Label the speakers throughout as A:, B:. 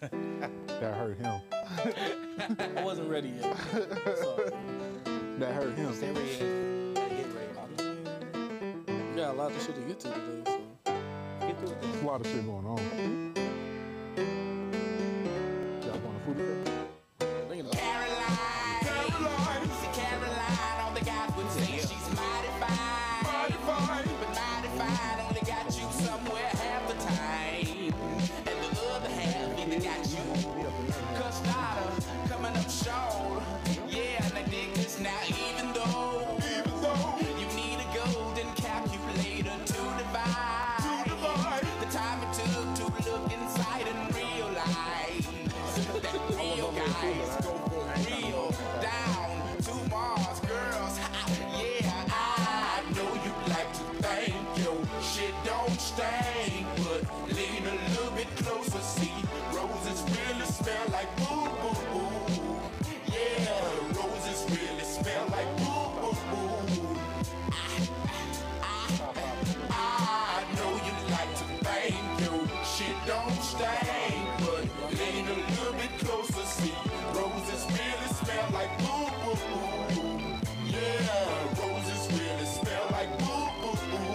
A: That hurt him.
B: I wasn't ready yet. So,
A: That hurt him.
B: stay ready. Gotta get ready. We got a lot of shit to get to today, so.
C: Get through this.
A: A lot of shit going on. Y'all want a foodie truck?
B: Thinking about
D: Caroline. Caroline. See Caroline, all the guys would say she's mighty fine. Mighty fine. But mighty fine only got you somewhere half the time. And the other half either got you. Custard coming up short. Yeah, and I dig this now even though. Even though. You need a golden calculator to divide. To divide. The time it took to look inside and realize. That real guys go for real down to Mars girls. ha, Yeah, I know you like to think your shit don't stink, but lean a little bit closer, see roses really smell like boo boo boo. Yeah, roses really smell like boo boo boo. I know you like to bang your shit don't stink, but lean a little bit closer, see roses really smell like boo boo boo. Yeah, roses really smell like boo boo boo.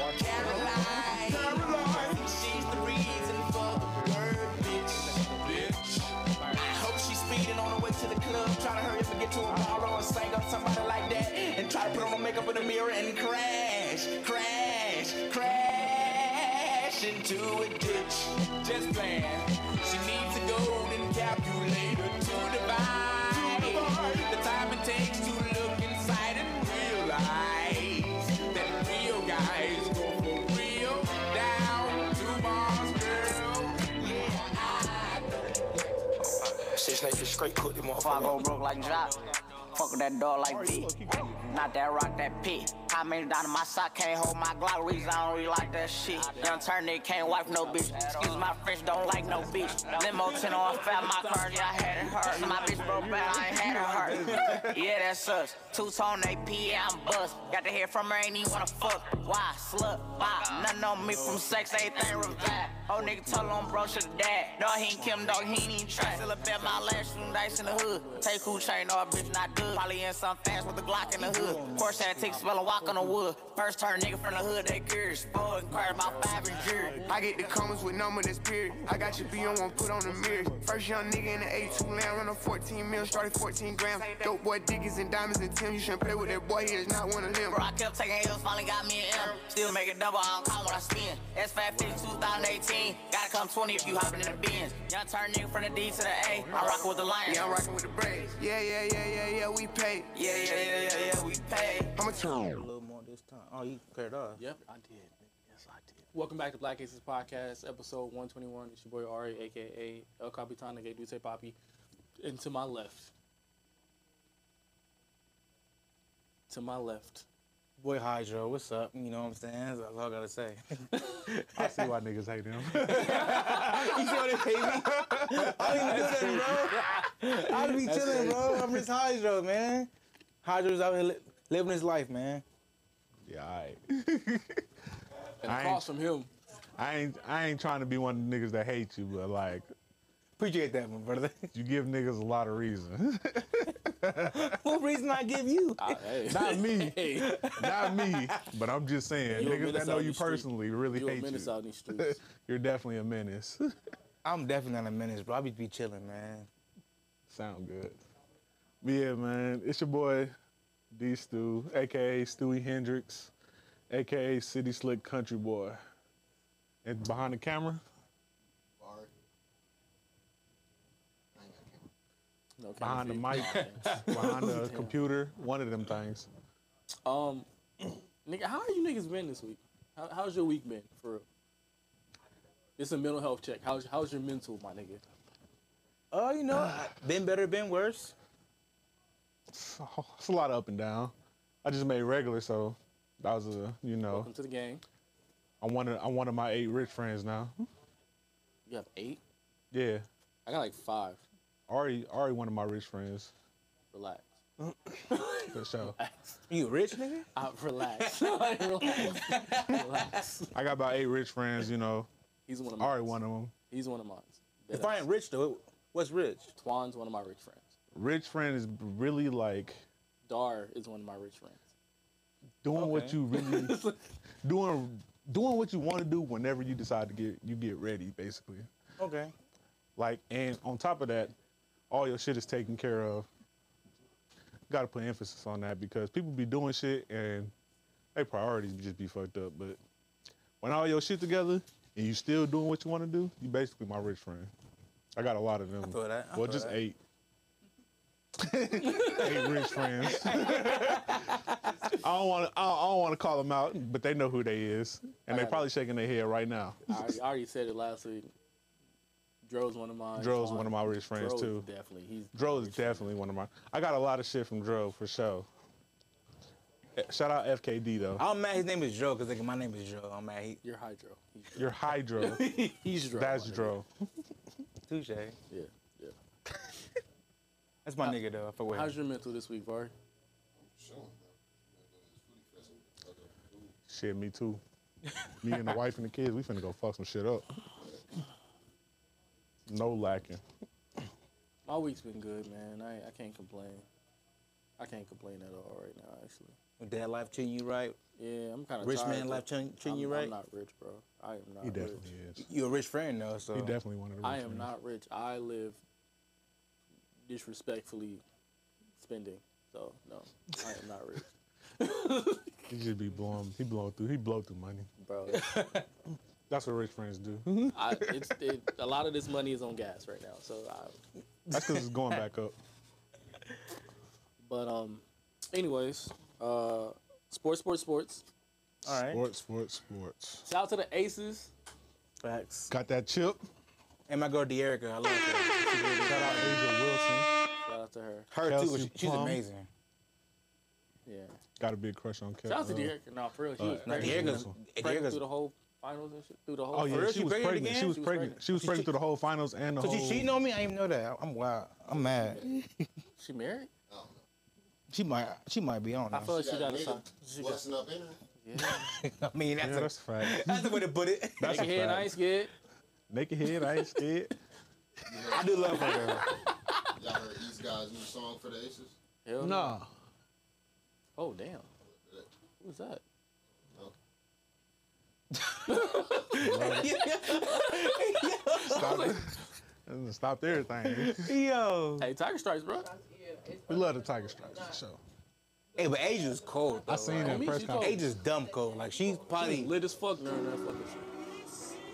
D: Caroline, Caroline, she's the reason for the word, bitch, bitch. I hope she's speeding on her way to the club, trying to hurry up and get to a borrow and sing on somebody like that, and try to put on her makeup in the mirror and crash, crash, crash into a ditch. Just playing. She needs a golden calculator to divide the time it takes to look inside and realize that real guys go for real down to Mars, girl. Yeah, I know.
E: Six Nation straight cook them
F: Before I
E: motherfucker.
F: go broke like Jock. Fuck that dog like B. Not that rock, that pit. I mean, down in my sock, can't hold my Glock. Reason I don't really like that shit. Young turn nigga can't wipe no bitch. Excuse my French, don't like no bitch. Limo 10 on fat, my car, yeah, I had it hurt. My bitch broke bad, I ain't had it hurt. Yeah, that's us. Two tone AP, yeah, I'm bust. Got to hear from her, ain't even wanna fuck. Why? Slut, why? Nothing on me from sex, anything revived. Old nigga told on bro, should dad. No, he ain't Kim, dog, he ain't even try. Still up at my last shooting dice in the hood. Take who chain, no, a bitch not good. Probably in some fans with a Glock in the hood. Course had tick smelling walk on the wood. First turn nigga from the hood, they curious. Boy, inquired about five and jury.
G: I get the comments with number that's period. I got your B on one put on the mirror. First young nigga in the A2 land, run a 14 mil, started 14 grams. Dope boy Dickies and diamonds and Tim. You shouldn't play with that boy, he is not one of them.
F: Bro, I kept taking L's, finally got me an M. Still make it double, I don't count what I spend. S Fat 50, 2018. Gotta come 20 if you hopping in the bins. Young turn nigga from the D to the A. I rock with the Lions.
G: Yeah, I'm rocking with the braids. Yeah, yeah, yeah, yeah, yeah, we paid.
F: Yeah, yeah, yeah, yeah, yeah, we pay.
G: I'ma turn.
C: A little more this time. Oh, you cleared off.
B: Yep, I did. nigga. Yes, I did. Welcome back to Black Aces Podcast, episode 121. It's your boy Ari, aka El Capitan, aka Dulce Poppy. And to my left, to my left,
C: Boy Hydro, what's up? You know what I'm saying? That's all I gotta say. you see
A: I see why niggas hate him.
C: what it paid me? I don't even do that, bro. I be chilling, bro. I'm just Hydro, man. Hydro's out here li- living his life, man.
A: yeah, all right.
B: and
A: I
B: across from him,
A: I ain't I ain't trying to be one of the niggas that hate you, but like
C: Appreciate that one, brother.
A: you give niggas a lot of reasons.
C: what reason I give you?
B: I, hey,
A: Not me.
B: hey,
A: Not me. But I'm just saying,
B: You a
A: niggas
B: menace
A: that know
B: out
A: you
B: the street.
A: personally really
B: you a
A: hate
B: menace
A: you.
B: out in these streets.
A: You're definitely a menace.
C: I'm definitely not a menace, bro. I be, be chilling, man.
A: Sound good. But yeah, man, it's your boy D Stu, aka Stewie Hendrix, aka City Slick Country Boy. And behind the camera,
B: No,
A: behind the mic, behind the computer, one of them things.
B: Um, nigga, how are you niggas been this week? How, how's your week been, for real? It's a mental health check. How's, how's your mental, my nigga?
C: Oh, you know, I- been better, been worse.
A: It's a it's a lot of up and down. I just made regular, so that was a you know
B: Welcome to the game.
A: I'm one of I'm one of my eight rich friends now.
B: You have eight?
A: Yeah,
B: I got like five.
A: Ari Ari one of my rich friends.
B: Relax.
A: For sure.
C: You rich nigga?
B: I Uh, relax. Like, relax. relax.
A: I got about eight rich friends, you know.
B: He's one of mine.
A: Ari one of them.
B: He's one of mine.
C: If I ain't rich though, what's rich?
B: Twan's one of my rich friends.
A: Rich friend is really like
B: Dar is one of my rich friends.
A: doing what you really doing doing what you want to do whenever you decide to get you get ready, basically.
C: Okay.
A: Like and on top of that, all your shit is taken care of. Gotta put emphasis on that because people be doing shit and their priorities just be fucked up. But when all your shit together and you still doing what you want to do, you basically my rich friend. I got a lot of them.
C: feel that, I
A: well,
C: feel
A: just
C: that.
A: eight. eight rich friends. I don't want to. I don't- I don't want to call them out, but they know who they is, and they
B: got it.
A: probably shaking their head right now.
B: I already, I already said it last week. Dro's one of mine.
A: Dro's
B: Twan-
A: one of my rich friends
B: Dro
A: too.
B: is Definitely. He's
A: Dro is definitely one of my. I got a lot of shit from Dro for sure. Eh, Shout out FKD though.
C: I'm mad his name is Joe because like, my name is Joe. I'm mad he
B: You're Hydro. He's,
A: You're Hydro.
B: he's Dro.
A: That's
B: my nigga.
A: Dro.
C: touche.
B: Yeah. Yeah.
C: That's my nigga though. I fuck with him.
B: How's your mental this week, Var?
A: Shit, me too. Me and the wife and the kids, we finna go fuck some shit up. No lacking.
B: My week's been good, man. I I can't complain. I can't complain at all right now, actually.
C: Dad life treating you right.
B: Yeah, I'm kind of
C: Rich
B: tired,
C: man
B: but
C: life treating treating
B: I'm,
C: you right.
B: I'm not rich, bro. I am not
A: He
B: rich.
A: definitely is.
C: You a rich friend though, so
A: He definitely one of the.
B: Uh, I
A: rich
B: am
A: men.
B: not rich. I live disrespectfully spending. So no, I am not rich,
A: He just be blowing. He blow through. He blow through money.
B: bro.
A: That's what rich friends do.
B: I, it's, it, a lot of this money is on gas right now. So, I,
A: That's because it's going back up.
B: but um, anyways, uh, sports, sports, sports.
C: all right.
A: Sports, sports, sports.
B: Shout out to the Aces.
C: Facts.
A: Got that chip.
C: And my girl De'Erica, I love her.
A: Shout out Asia Wilson.
B: Shout out to her.
C: Her too.
A: Kelsey
C: She, she's
A: Plum.
C: amazing.
B: Yeah.
A: Got a big crush on uh, Kelsey.
B: Shout out to De'Erica. No, for real, she was
C: Now
B: pregnant.
C: De'Erica's
A: Kelsey.
B: pregnant through the
C: De'Erica's.
B: whole finals and shit. Through the whole.
A: Oh yeah,
C: real?
A: she,
C: She
A: was
C: pregnant
A: pregnant.
C: again?
A: She was
B: She was
A: pregnant.
B: pregnant.
A: She was pregnant through the whole finals and the
C: So
A: whole.
C: she cheating on me? I didn't even know that. I'm wild. I'm mad.
B: She married?
C: She might. She might be on.
A: Uh-huh.
B: I feel like she got a son. She got
H: Busting up in her.
C: I mean, that's,
A: Yeah,
C: a,
A: that's a fact.
C: that's the way to put it.
A: That's a
B: naked head, I
A: fact.
B: ain't scared.
A: Naked head. I ain't scared.
C: I do love her. though.
H: Y'all heard East Guy's new song for the Aces?
B: Hell
A: Nah.
B: Oh damn. Who's that?
A: Stopped everything.
C: Yo.
B: Hey, Tiger Stripes, bro.
A: We love the Tiger Stripes for sure.
C: Hey, but Asia's cold. Though.
A: I seen
B: Homie,
A: that
B: she
A: press
B: told-
A: conference.
C: Asia's dumb cold. Like she's
B: He
C: probably
B: lit as fuck during that fucking shit.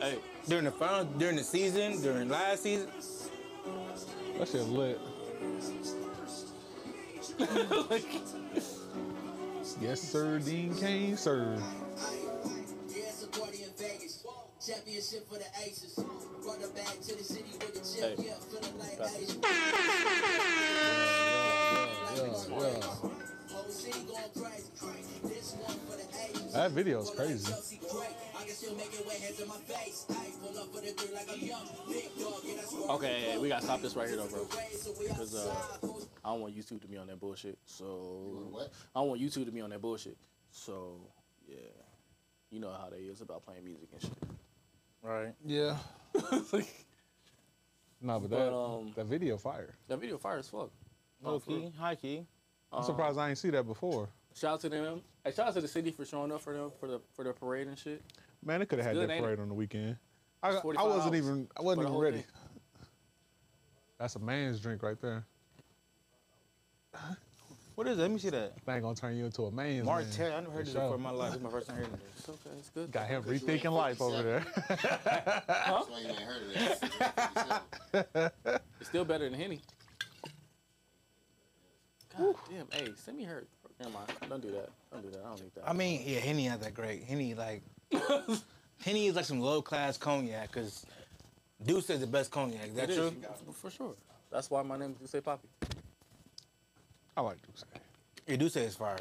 B: Hey,
C: during the final, during the season, during last season.
A: That shit lit. yes, sir. Dean Kane, sir.
I: There's a party in Vegas. Championship for the Aces. Brought the bag to the city with the chip.
B: Hey.
I: Yeah, feeling like Aces. Whole city going crazy. This one for the Aces.
A: That video is crazy.
I: Chelsea, great. I can still make it with hands in my face. I pull up for the three like I'm young. Big dog, and I score.
B: okay, hey, we gotta stop this right here though, bro.
I: So we
B: Because uh,
I: outside.
B: I don't want YouTube to be on that bullshit. So
H: What?
B: I don't want YouTube to be on that bullshit. So yeah, you know how they is about playing music and shit.
C: Right.
A: Yeah. Nah, but that
B: But, um,
A: that video fire.
B: That video fire as fuck.
C: Low key, high key.
A: I'm surprised I ain't see that before.
B: Um, Shout out to them. Hey, shout out to the city for showing up for them for the for the parade and shit.
A: Man, they could have had
B: good,
A: that
B: ain't
A: parade
B: it?
A: on the weekend. I, I
B: 45
A: wasn't
B: hours
A: even I
B: for
A: wasn't
B: the
A: even
B: whole
A: ready.
B: thing.
A: That's a man's drink right there.
C: What is that? Let me see that.
A: That ain't gonna turn you into a man's man.
C: Martell. I never heard this
A: sure.
C: before in my life. This is my first time hearing this.
B: It's okay, it's good.
A: Got him rethinking life over there.
H: That's why you ain't heard of that.
B: It's still better than Henny. God damn. Hey, send me her. Never mind. Don't do that. Don't do that. I don't need that.
C: I mean, yeah, Henny not that great. Henny like Henny is like some low class cognac because Deuce is the best cognac. Is that
B: It is,
C: true?
B: for sure. That's why my name is Say Poppy.
A: I like Deuce.
C: Yeah, Deuce is fire.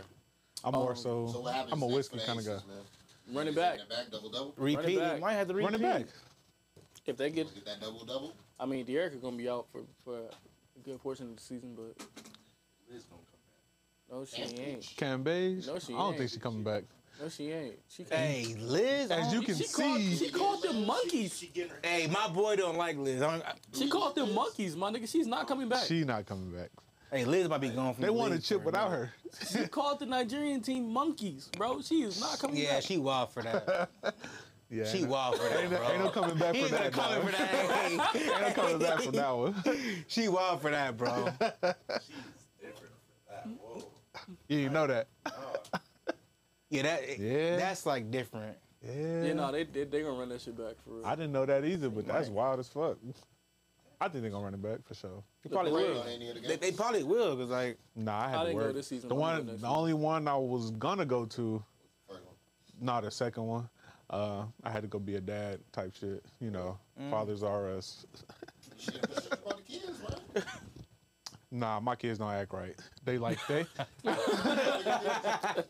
A: I'm
C: Oh.
A: more so,
H: So what happened?
A: I'm a
H: next for
A: whiskey
H: the
A: kind of guy.
H: Aces, man?
B: Running
H: Is it
B: back.
H: in the Back double double.
C: Repeat.
B: back.
C: You might have to repeat.
A: Running back.
B: If they get,
H: Is it that double double?
B: I mean, De'Erica gonna be out for for a good portion of the season, but No, she ain't.
A: Cam Beige?
B: No, she
A: I don't
B: ain't.
A: think she's coming back.
B: No, she ain't. She
C: Hey, Liz. I
A: As you
C: don't-
A: can
B: she called,
A: see,
B: she called them monkeys. She,
C: Hey, my boy don't like Liz. I don't- I-
B: called them monkeys, my nigga. She's not coming back. She,
A: she not coming back.
C: hey, Liz might be gone from
A: They
C: the
A: want a
C: league
A: chip
C: for a
A: without
C: minute.
A: her.
B: called the Nigerian team monkeys, bro. She is not coming
C: Yeah,
B: back.
C: she wild for that.
A: Yeah,
C: She
A: ain't-
C: wild for that,
A: Ain't, no-
C: bro.
A: ain't no coming back
C: He
A: for that.
C: ain't gonna come
A: dog.
C: for that.
A: Ain't no coming back for that one.
C: She wild for that, bro.
A: You didn't know that.
C: Yeah, that
A: Yeah.
C: that's like different.
A: Yeah.
B: Yeah, no, they they they gonna run that shit back for real.
A: I didn't know that either, but that's wild as fuck. I think they're gonna run it back for sure.
C: They probably will.
H: on any of the
C: They,
H: games.
C: they probably will, cause like
A: Nah, I had
B: I
A: to
B: didn't go
A: work.
B: this season,
A: The
B: but I'm
A: one,
B: going next
A: the
B: season.
A: only one I was gonna go to,
H: First one.
A: not the second one. Uh, I had to go be a dad type shit. You know,
B: Mm.
A: fathers are us.
H: Shit, put shit about the kids, man.
A: Nah, my kids don't act right. They like they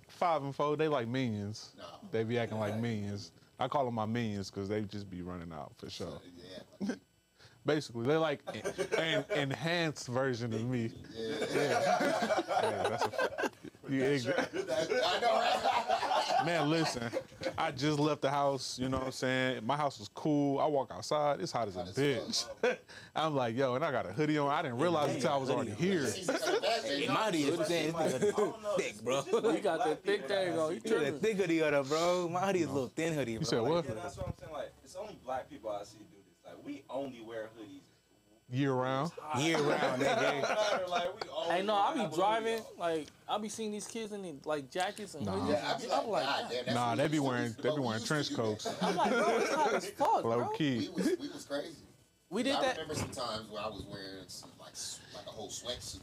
A: five and four. They like minions.
H: No.
A: They be acting like minions. I call them my minions because they just be running out for sure.
H: Yeah, like,
A: Basically, they're like an enhanced version of me. Yeah, Yeah, that's a fact. You ignorant.
H: I know, right?
A: Man, listen, I just left the house, you know what I'm saying? My house was cool. I walk outside, it's hot as a bitch. I'm like, yo, and I got a hoodie on. I didn't realize until I was already here.
C: in my hoodie, it's thin, it's a little thick, bro.
B: you got that thick thing on. You
C: It's a
B: tripping?
C: thick hoodie on, her, bro. My hoodie is a little thin hoodie, bro.
A: You said
C: Like,
A: what?
D: that's what I'm saying. Like, it's only black people I see do this. Like, we only wear hoodies.
A: Year round.
C: Year round, nigga.
D: like, we only
B: Hey, no, I be driving. Like I be seeing these kids in their, like jackets and
A: Nah.
B: hoodies.
H: Yeah, I be like,
B: I'm like,
H: God damn, that's
A: Nah,
H: what
A: they
H: we
A: be
H: used to-
A: wearing-
H: but
A: they be
H: we
A: wearing
H: used to
A: trench
H: do that.
A: coats.
B: I'm like, bro, it's hot as fuck,
A: Low
B: bro.
A: key.
H: We was, we was crazy.
B: We did
H: I
B: that.
H: remember some times where I was wearing some, like, s- like a whole sweatsuit.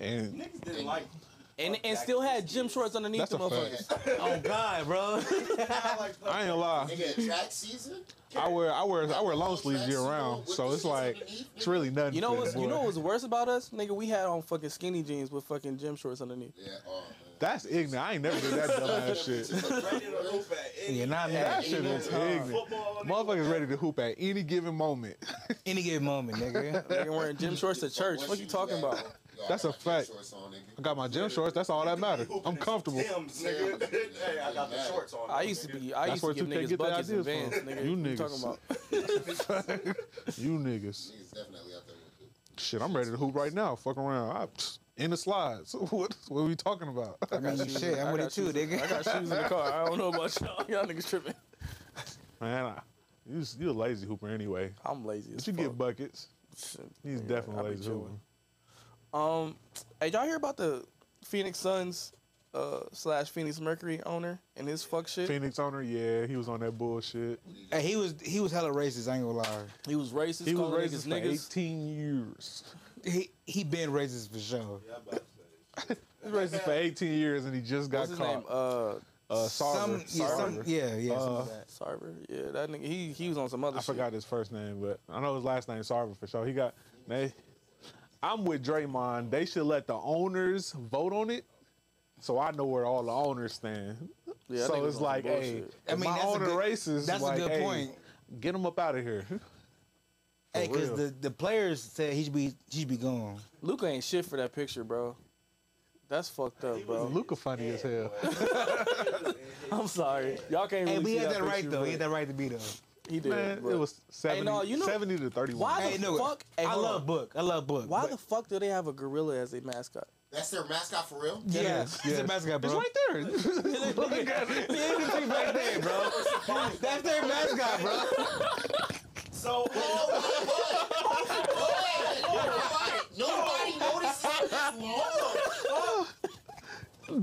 H: Yeah.
A: And
D: Niggas didn't like.
B: and and still had gym shorts underneath
A: That's
B: the
A: a
B: motherfuckers.
C: Oh God, bro.
D: I like
A: I ain't gonna lie.
H: Nigga, track season?
A: I wear I wear I wear long sleeves year round. So it's like it's really nothing.
B: You
A: for
B: know
A: this
B: what's you
A: boy.
B: know what's worse about us, nigga? We had on fucking skinny jeans with fucking gym shorts underneath.
H: Yeah, oh, man.
A: That's ignorant. I ain't never did that dumbass shit.
C: You're not
A: That
C: mad.
A: shit is ignorant. Motherfuckers ready to hoop at any given moment.
C: Any given moment, nigga.
B: Nigga wearing gym shorts to church. What you talking about?
H: Yo, I
A: That's
H: got
A: a
H: my gym
A: fact.
H: shorts on, nigga.
A: I got my gym shorts. That's all that matters. I'm comfortable.
D: Tim's, nigga. hey, I got the shorts on.
B: I used to be I
A: That's
B: used
A: where
B: to give
A: 2K
B: niggas
A: get their
B: buckets and
A: ideas
B: vans,
A: from.
B: nigga.
A: You
B: What
A: niggas.
B: talking about?
A: You niggas.
H: Niggas definitely out there with it.
A: Shit, I'm ready to hoop right now. Fuck around. I, psh, in the slides. What, what are we talking about?
C: I mean, shit, I'm with it too,
B: I
C: nigga.
B: got shoes in the car. I don't know about y'all. Y'all niggas tripping.
A: Man, I, you, s- you a lazy hooper anyway.
B: I'm lazy.
A: But
B: As
A: you
B: fuck.
A: get buckets. He's
B: I
A: definitely
B: be
A: lazy
B: chilling.
A: hooping.
B: Um, hey, y'all hear about the Phoenix Suns uh, slash Phoenix Mercury owner and his fuck shit?
A: Phoenix owner, yeah, he was on that bullshit.
C: Hey, he was he was hella racist. I ain't gonna lie.
B: He was racist.
A: He was
B: calling
A: racist for
B: niggas niggas.
A: 18 years.
C: He he been racist for sure.
A: He was racist for 18 years and he just got
B: What's his name?
A: caught.
B: Uh,
A: Uh,
C: Some,
A: Sarver.
C: yeah, some,
A: Sarver.
C: yeah, yeah, some
A: Uh,
C: of that.
B: Sarver. Yeah, that nigga. He he was on some other.
A: I
B: shit.
A: forgot his first name, but I know his last name Sarver for sure. He got they I'm with Draymond. They should let the owners vote on it. So I know where all the owners stand.
B: Yeah, I think
A: so
B: it
A: it's
B: was on some
A: like, hey,
B: bullshit.
C: I
A: I
C: mean,
A: mean, my
C: that's a
A: owner
C: good-
A: racist.
C: that's a
A: like,
C: good
A: hey,
C: point.
A: Get him up out of here.
C: Hey, because
A: real.
C: the, the players said he should be he should be gone.
B: Luca ain't shit for that picture, bro. That's fucked up, bro.
A: Luca funny as hell.
B: I'm sorry, y'all can't. Really
C: Hey, but he
B: see
C: had that
B: that
C: right
B: picture,
C: though.
B: but
C: He had that right to be though.
B: He did.
A: Man,
B: but-
A: it was 70,
B: no, you know-
A: 70 to 31.
B: Why the
C: Hey, nigga,
B: fuck? Hey,
C: I
B: hold
C: love
B: on.
C: Book. I love Book.
B: Why
C: but-
B: the fuck do they have a gorilla as a mascot?
H: That's their mascot for real?
C: Yeah,
A: Yes,
C: he's a
A: yes.
C: mascot, bro.
A: It's right there.
C: right there, bro. That's their mascot, bro.
D: So,
H: Nobody, nobody noticed this long.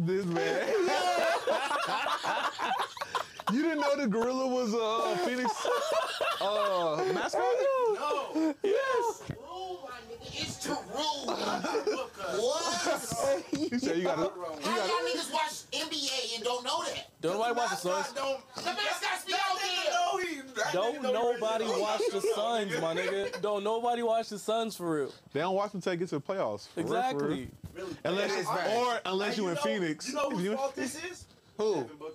A: this man. you didn't know the gorilla was a uh, Phoenix uh, mascot?
D: no.
H: Rule, my nigga. It's to rule. what?
A: He said you gotta.
H: How y'all niggas watch NBA and don't know that?
B: Don't nobody watch the Suns.
D: Don't,
H: The mascots be out there.
D: no, he, that
B: Don't
D: nigga know he
B: nobody
D: racist.
B: watch the Suns, my nigga. Don't nobody watch the Suns for real.
A: They don't watch until they get to the playoffs. For real, for
B: Exactly.
A: real. Unless,
C: That is right.
A: or unless
D: Hey,
A: you in
D: know-
A: Phoenix.
D: You know
A: If
D: whose
A: you-
D: fault this is?
C: Who?
D: Devin Booker.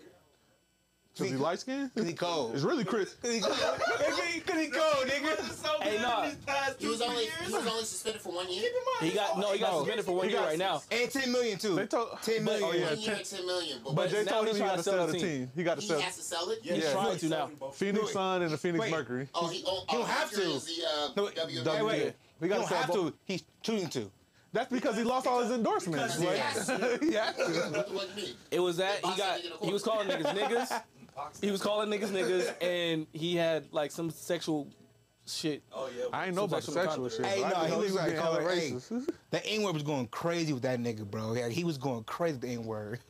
A: Cause he light skinned? Cause
C: he cold.
A: It's really Chris.
C: Cause he cold, nigga.
B: Hey, nah.
H: He was only he was only suspended for one year.
B: He got no. He got
A: No.
B: suspended for one
A: He
B: year
A: got-
B: right now.
C: And ten million too.
A: They told.
C: Ten
B: But-
C: million.
A: Oh yeah,
H: One year,
A: ten-
H: ten million. But,
A: but they
B: now
A: told him
B: he's
A: he
B: trying
A: got to sell the team. He got to
H: he
A: sell.
H: has to sell it.
B: He's
A: Yeah.
B: trying to now.
A: Phoenix Sun and the Phoenix
C: Wait.
A: Mercury.
H: Oh, he oh,
C: He'll
H: oh,
C: have
H: Mercury
C: to.
H: is The, uh,
C: No, wait,
H: WWE.
A: W-
C: wait, wait.
A: We
C: We
A: gotta
C: don't
A: sell
C: have
A: both.
C: to. He's choosing to.
A: That's because he lost all his endorsements.
H: Because he
A: Like,
H: has to.
A: yeah.
H: What, what you mean?
B: It was that he
H: Boxing
B: got.
H: nigga in the
B: He was calling niggas niggas. He was calling niggas niggas, and he had like some sexual shit.
D: Oh yeah.
A: I ain't know about the sexual shit.
C: Hey,
A: but I
C: nah,
A: just
C: he
A: know
C: looks
A: was
C: like
A: being hella
C: color A.
A: racist.
C: The N word was going crazy with that nigga, bro. Yeah, he was going crazy with the N word.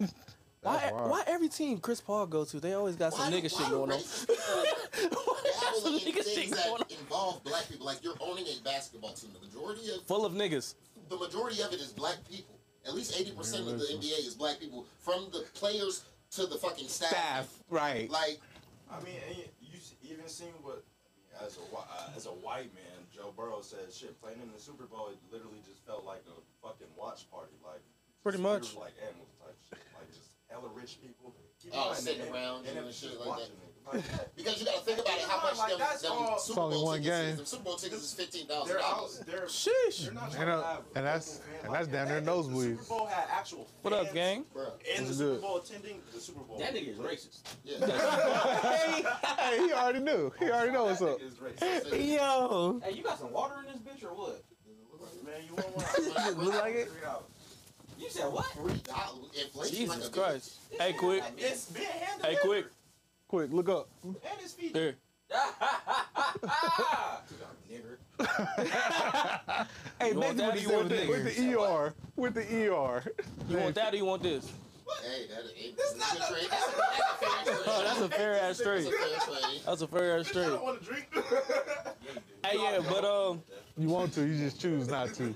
B: Why?
A: wild.
B: Why every team Chris Paul go to, they always got some
H: Why-
B: nigga
H: why
B: shit
H: do
B: going on.
H: racist people
B: Why
H: dabble
B: some
H: in
B: nigga shit
H: things that
B: going on?
H: involve black people? Like you're owning a basketball team. The majority of
B: Full of niggas.
H: the majority of it is black people. At least eighty percent of the NBA is black people, from the players to the fucking staff.
C: Staff, right?
H: Like
D: I mean, and you- you s- even seen what I mean, as a whi- uh, as a white man, Joe Burrow said. Shit, playing in the Super Bowl, it literally just felt like a fucking watch party. Like
B: Pretty
D: just
B: much.
D: niggas Like animals type shit. Like just hella rich people. keep
H: Oh,
D: buying
H: sitting
D: it,
H: around you
D: it
H: and
D: was
H: shit
D: just
H: like that.
D: watching it. Like that.
H: because you got to think about it, how much
D: Like,
H: them,
D: that's
H: them
D: all-
H: Super
A: It's only
H: Bowl
A: one
H: tickets
A: game.
H: is. Them Super Bowl tickets is fifteen thousand
D: They're out.
H: dollars.
D: They're
B: She'll
D: They're not
A: And,
D: trying
A: uh,
D: to have
A: and that's-
D: local fan
A: and that's
D: like
A: down
D: that.
A: there
D: The Super
A: nosebleeds.
D: Bowl had actual fans.
B: What up, gang?
H: Bro,
D: In the
A: What's
D: Super
A: good?
D: Bowl attending the Super Bowl.
I: That nigga is racist.
H: yeah.
A: hey, hey, he already knew. He already
D: That
A: knows what's up.
D: nigga is racist.
C: Yo,
I: Hey, you got some water in this bitch or what?
D: Man, you want one?
C: look like it.
D: Three hours.
I: You said what?
H: Three dollars. Inflation. like
B: Jesus
H: a bitch.
B: Christ. Hey, quick.
D: It's been handed
B: Hey, quick.
A: Quick, look up.
D: And his feet.
B: There.
I: Nigger.
C: Hey,
B: You want
C: basically what
B: that or
C: he
B: you
C: said
B: want
C: was
B: this?
A: With
C: nigga.
A: the ER. With the ER.
B: You want that or you want this?
H: Hey, that ain't.
D: That's
H: That's
D: not
H: a trade.
B: Oh, that's a fair ass
H: That's
B: trade.
H: a fair trade.
B: That's a fair ass
D: I
B: trade.
D: don't want to drink.
B: Hey, yeah, but um,
A: You want to, you just choose not to.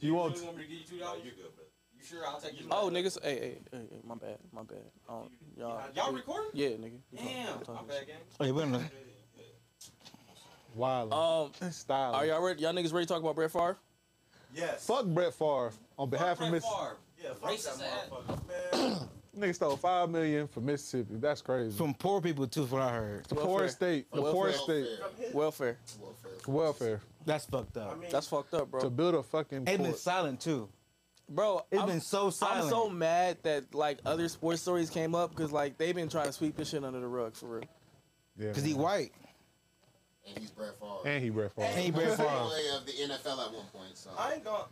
A: you want
I: You
A: to.
I: want me to give you two dollars?
D: you good, man.
I: You sure? I'll take you.
B: oh niggas, hey, hey, hey, hey, my bad, my bad. Um, y'all,
I: Y'all recording?
B: yeah, nigga. you talking-
I: Damn.
B: you
I: My
B: talking
I: bad, gang.
C: Hey, wait a minute.
A: Wild.
B: shit. Um,
A: Style.
B: are y'all ready? Y'all niggas ready to talk about Brett Favre?
D: Yes.
A: Fuck Brett Favre on behalf of
I: Brett
A: Miss.
I: Favre.
D: Yeah, fuck that
I: Racist ass.
D: motherfucker, man.
A: Nigga stole five million from Mississippi. That's crazy.
C: From poor people too, from what I heard.
A: the poorest state. The poorest
H: Welfare.
A: state.
B: Welfare.
H: Welfare.
A: Welfare.
C: That's fucked up.
D: I mean,
B: That's fucked up,
A: To
B: bro.
A: build a fucking
C: it's been
A: court.
C: silent too.
B: Bro,
C: It's
B: I'm-
C: been so silent.
B: I'm so mad that like other sports stories came up because like they've been trying to sweep this shit under the rug for real.
A: Yeah,
C: Cause he
A: man.
C: white.
H: And he's Brett Favre.
A: And he Brett Favre.
C: And he Brett Favre.
H: Play of the NFL at one point. So
D: I ain't gonna.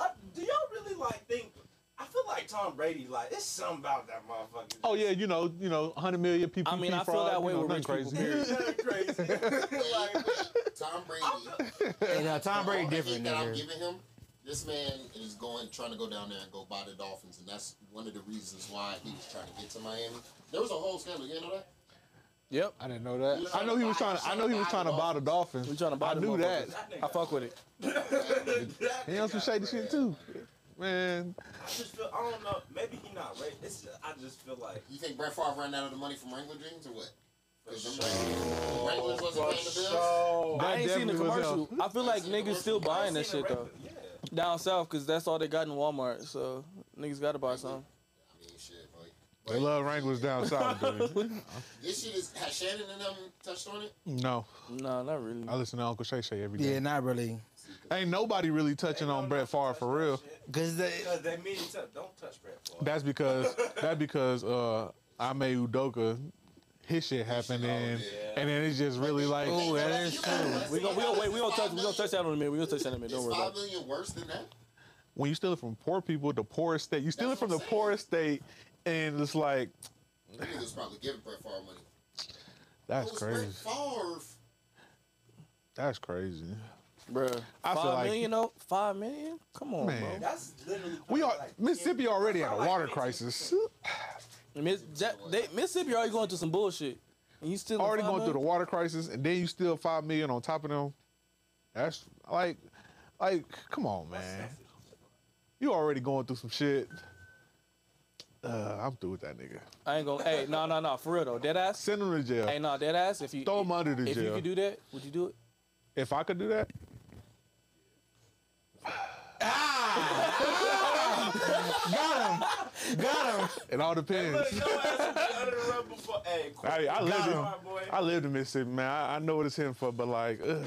D: I, do y'all really like think? I feel like Tom Brady. Like it's something about that motherfucker.
A: Oh yeah, you know, you know, hundred million people.
B: I mean, I feel that way with rich people.
D: It's
B: period.
D: kinda crazy. like,
H: Tom Brady.
C: Hey, now uh, Tom Brady
H: all the
C: different,
H: hate that I'm
C: nigga.
H: giving him, this man is going trying to go down there and go buy the Dolphins, and that's one of the reasons why he was trying to get to Miami. There was a whole scandal, you know that?
B: Yep.
A: I didn't know that. I know he was trying to. I know he was trying to buy the Dolphins.
B: We trying to buy
A: I
B: them
A: knew that.
B: motherfuckers. I fuck with it.
A: He on some shady shit too, man.
D: I just feel. I don't know. Maybe he not racist. It's just, I just feel like.
H: You think Brett Favre ran out of the money from Wrangler Dreams or what? Because
D: For
H: Wranglers wasn't paying the bills.
B: I ain't seen the
A: definitely was
B: commercial. I feel like
H: seen the
B: niggas still
H: commercial.
B: buying that shit though.
D: Yeah.
B: Down south, cause that's all they got in Walmart. So niggas gotta buy some.
H: I mean, shit, boy.
A: They love Wranglers down south, dude.
H: This shit is has Shannon and them touched on it.
A: No,
B: No, not really.
A: I listen to Uncle Shay Shay every
C: Yeah,
A: day.
C: not really.
A: Ain't nobody really touching on Brett Favre for real.
C: Cause the, uh,
D: Because they mean to don't touch Brett Favre.
A: That's because that's because uh Ame Udoka, his shit happened and and then it's just really like
C: Ooh, that
H: Like,
C: is
H: you gotta
C: true.
H: let
B: We gonna we gonna wait. We gonna
H: Five
B: touch. We gonna
H: million-
B: touch that on a minute. We gonna touch that in a minute.
H: Is
B: Don't worry
H: five
B: about it.
H: million worse than that?
A: when you stealing from poor people, the poorest state, you stealing
H: That's
A: from
H: what
A: the
H: I'm saying.
A: poorest state, and it's like
H: Them Niggas probably giving Brett Favre money.
A: that's
H: It was Brett
A: crazy.
H: Favre.
A: That's crazy.
B: Bruh.
A: I feel
B: Five
A: like-
B: million though. Five million. Come on,
A: Man.
B: bro.
D: That's literally.
A: We are
D: like
A: Mississippi already had a
D: like
A: water
D: 15%.
A: crisis.
B: Miss, that, they, Mississippi already going through some bullshit. And you still
A: Already going through the water crisis, and then you steal five million on top of them. That's like, like, come on, man. You already going through some shit. Uh, I'm through with that nigga.
B: I ain't gonna. Hey, no, no, no. For real though, dead ass.
A: Send him to jail.
B: Hey, no, dead ass. If you
A: Throw him under the
B: if you
A: jail.
B: could do that, would you do it?
A: If I could do that.
C: got him. Got him.
A: It all depends.
D: Look, your ass will be under the rug before. Hey, cool.
A: I, I lived in,
D: Alright, boy.
A: I lived in Mississippi, man. I, I know what it's in for, but like, ugh,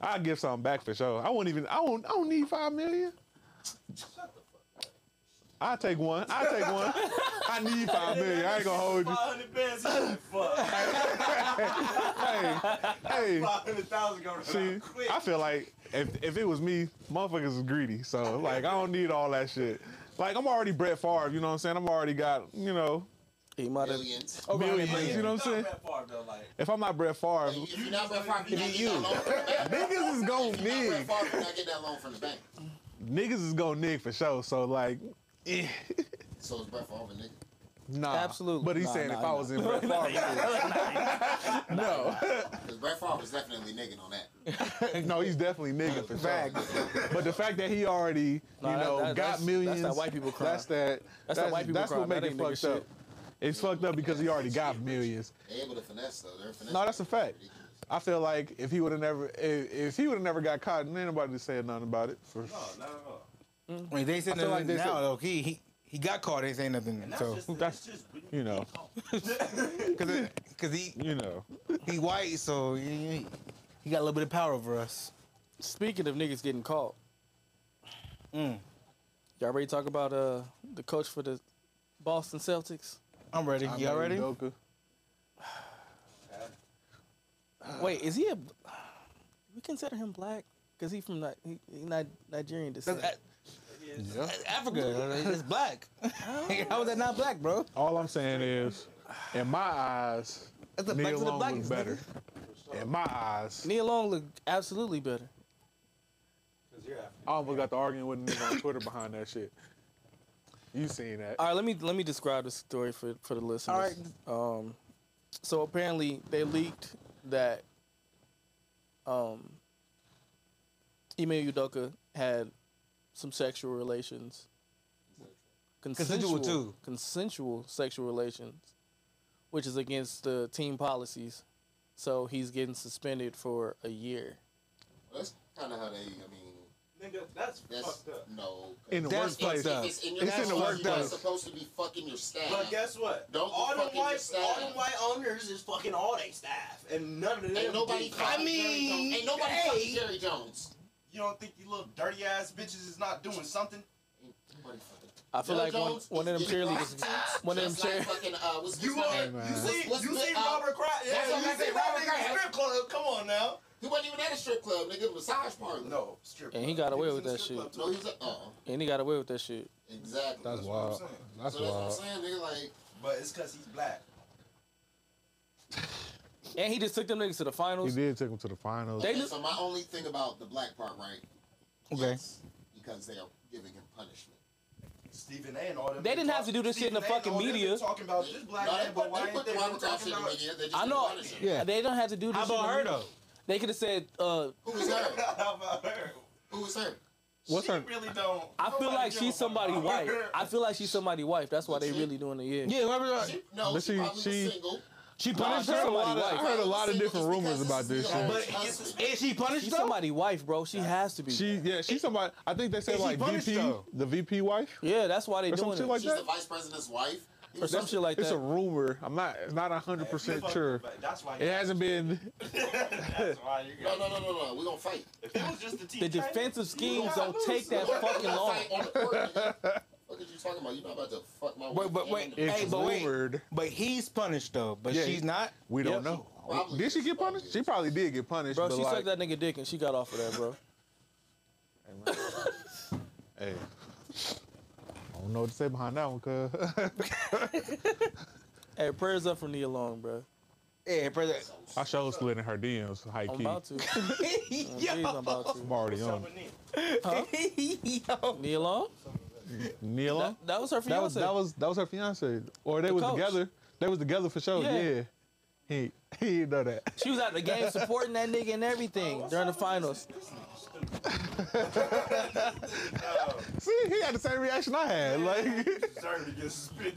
A: I give something back for sure. I won't even. I won't. I don't need five million. I take one. I take one. I need five million. I ain't gonna hold you.
D: 500 bands, fuck.
A: Hey,
D: 500,000 gonna
A: see,
D: run quick.
A: I feel like if if it was me, motherfuckers is greedy. So like, I don't need all that shit. Like I'm already Brett Favre. You know what I'm saying? I'm already got you know
B: He might have.
H: Millions.
A: millions. You know what I'm saying?
D: Not that far, though, like,
A: If I'm not Brett Favre,
H: If you're not Brett Favre, you're not
A: you.
H: getting that loan from the bank.
A: niggas is gonna
H: If you're
A: nig.
H: not Brett Favre, you're not getting that loan from the bank.
A: Niggas is gonna nig for sure. So like, eh,
H: So it's Brett Favre, nigga.
A: nah.
B: Absolutely.
A: But he's
B: Nah,
A: saying if
B: nah,
A: I
B: nah.
A: was in Brett Favre, no,
H: Because Brett Favre is definitely nigging on that.
A: no, he's definitely nigging for sure. But the fact that he already,
B: Nah,
A: you
B: that-
A: know,
B: that-
A: got
B: that's- that's
A: millions.
B: that white people crime.
A: That's that.
B: That's that white people
A: That's
B: crime.
A: what make
B: That
A: it
B: ain't nigga
A: fucked
B: shit.
A: up. It's fucked up because he already got millions.
H: They're able to finesse though. They're finesse.
A: No, that's a fact. I feel like if he would have never, if, if he would have never got caught, ain't nobody saying nothing about it. For,
D: oh, no, not at all.
C: When they said
A: I feel
C: nothing
A: like they
C: now,
A: said-
C: though, he, he he got caught. They say nothing.
D: And that's
B: Oh.
C: So
D: just, that's,
A: that's-
D: just,
A: you know,
C: because because he
A: you know,
C: he white, so he, he got a little bit of power over us.
B: Speaking of niggas getting caught,
C: Mm.
B: y'all ready to talk about uh the coach for the Boston Celtics?
C: I'm ready. Y'all ready?
A: Udoka.
C: Uh.
B: Wait, is he a? We consider him black because he from Ni- he, he Ni- Nigerian descent.
C: That's- That's Africa, it's black. How is that not black, bro?
A: All I'm saying is, in my eyes,
C: That's the black
A: Neil
C: to the
A: Long
C: blackest,
A: looked better. In my eyes,
B: Neil Long looked absolutely better.
D: because you're African.
A: I almost got the arguing with a nigga on Twitter behind that shit. You seen
C: Uh,
A: that?
B: All right, let me let me describe the story for for the listeners. All right. Um, so apparently they leaked that um, Ime Udoka had some sexual relations,
C: Consensual too.
B: consensual sexual relations, which is against the team policies. So he's getting suspended for a year.
H: That's kind of how they. I mean,
D: Nigga, that's,
H: that's
D: fucked up.
H: no.
A: In the
C: That's
A: workplace.
C: fucked up.
H: It's in your
A: It's in the
H: workplace. You're
A: workplace.
H: not supposed to be fucking your staff.
D: But guess what?
H: Don't
D: all
H: be
D: them
H: fucking
D: white,
H: yourself.
D: all them white owners is fucking all they staff, and none of them.
H: Ain't nobody.
D: get caught.
H: fucking Jerry Jones. ain't nobody
D: hey,
H: fucking Jerry Jones.
D: You don't think you little dirty ass bitches is not doing something?
H: Ain't nobody fucking-
B: I feel
H: Jerry
B: like one,
H: Jones
B: one of them
H: is
B: cheerleaders.
H: prostitutes,
B: one of them
H: just like
B: cheer-
H: fucking, uh, what's
D: You
H: his name?
D: are.
A: man.
D: you see,
H: What's-
D: you
H: what's
D: see
H: the- uh,
D: Robert Kraft. Yeah,
H: that's what
D: you
H: I'm
D: see
H: saying,
D: Robert
H: Robert
D: Kraft.
H: Kraft.
D: Strip club. Come on now.
H: He wasn't even at a strip club, nigga. Massage parlor.
D: No strip.
B: And
D: club.
B: he got away
D: was
B: with
D: in the
B: that
D: strip
B: shit.
D: club,
H: No,
D: too.
H: he was a. Uh,
B: And he got away with that shit.
H: exactly.
A: That's
H: so
A: wild. That's
H: that's what I'm
A: wild.
H: saying, nigga. Like,
D: But it's because he's black.
B: And he just took them niggas to the
A: He
B: finals.
A: did take him to the finals.
B: They
H: okay,
B: look-
H: so my only thing about the black part, right?
C: Okay.
H: is Because they are giving him punishment.
D: Stephen A. and all them.
B: They didn't have to do this shit in the
D: Stephen A. and
B: fucking
D: all them been
B: media.
D: Talking about Oh, this black
H: No,
D: man, but why
H: they put
D: ain't they
H: the
D: been
H: Robert Kraft
D: talking
H: shit in the
D: about?
H: media. They just
B: I know.
H: punish him.
C: Yeah.
B: They don't have to do this.
C: How
B: shit
C: about
B: in the
C: her
B: media.
C: though?
B: They could have said, uh,
H: Who was her?
D: How about her?
H: Who was her?
A: What's
D: she
A: her-
D: Really don't.
B: I feel
D: nobody
B: like
D: give a
B: she's
D: fuck
B: somebody
D: about
B: white.
D: her.
B: I feel like she's somebody white. That's why they really doing it. Yeah.
C: Yeah, whoever.
H: She, no,
A: But
H: she,
A: she-
H: probably
A: she-
H: was single.
C: She
B: Nah,
C: punished
B: she's
C: her.
A: a lot
B: somebody
A: of- I
B: white.
A: heard a lot of
H: Single
A: different
H: just
A: rumors
H: because
A: about
H: this
A: this
H: is
A: shit.
H: your
C: But
H: husband.
C: is she punished
B: She's
C: though?
B: somebody wife, bro. She has to be.
A: She, yeah, she's somebody. I think they said
C: Is he
A: like
C: punished,
A: VP,
C: though?
A: the VP wife.
B: yeah, that's why they
A: Or some
B: doing
A: shit
B: it.
A: like
H: She's
A: that?
H: the vice president's wife.
B: or
H: He was
B: some
H: just-
B: shit like
A: It's
B: that.
A: a rumor. I'm not not hundred
D: If
A: percent
D: you fuck-
A: sure.
D: but That's why.
A: It hasn't been.
D: That's why you
H: No,
D: got.
H: no, no, no, no. We gonna fight.
D: If it was just the team.
B: the
D: training,
B: defensive
D: you
B: schemes
D: gotta
B: don't
D: lose.
B: take that fucking
H: I'll
B: long.
H: fight on the court. nigga. What are you talking about? You're not about to fuck my
C: Wait,
H: wife.
C: but wait.
H: And-
A: It's
C: hey, but wait.
A: rumored.
C: But he's punished though, but
A: Yeah,
C: she's
A: he-
C: not.
A: We
B: Yep.
A: don't know.
H: Probably
A: did she
H: is,
A: get
H: probably
A: punished?
H: is.
A: She probably did get punished.
B: Bro,
A: but
B: she
A: like,
B: sucked that nigga dick and she got off of that, bro.
A: Hey, I don't know what to say behind that one, cause
B: hey, prayers up for Nia Long, bro.
C: Yeah, brother.
A: I showed slid in her DMs. High
B: I'm
A: key.
B: about to. Jeez, I'm about
A: I'm
B: to.
A: already
D: What's up
A: on.
D: with Nick?
C: Yo.
B: Nia Long?
A: Neil.
B: That, that was her fiance.
A: That was that was that was her fiance, or they
B: The
A: was
B: coach.
A: together. They was together for sure.
B: Yeah.
A: Yeah. He he didn't know that.
B: she was at the game supporting that nigga and everything during the finals.
A: See, he had the same reaction I had. Like,
D: Deserve to get suspended.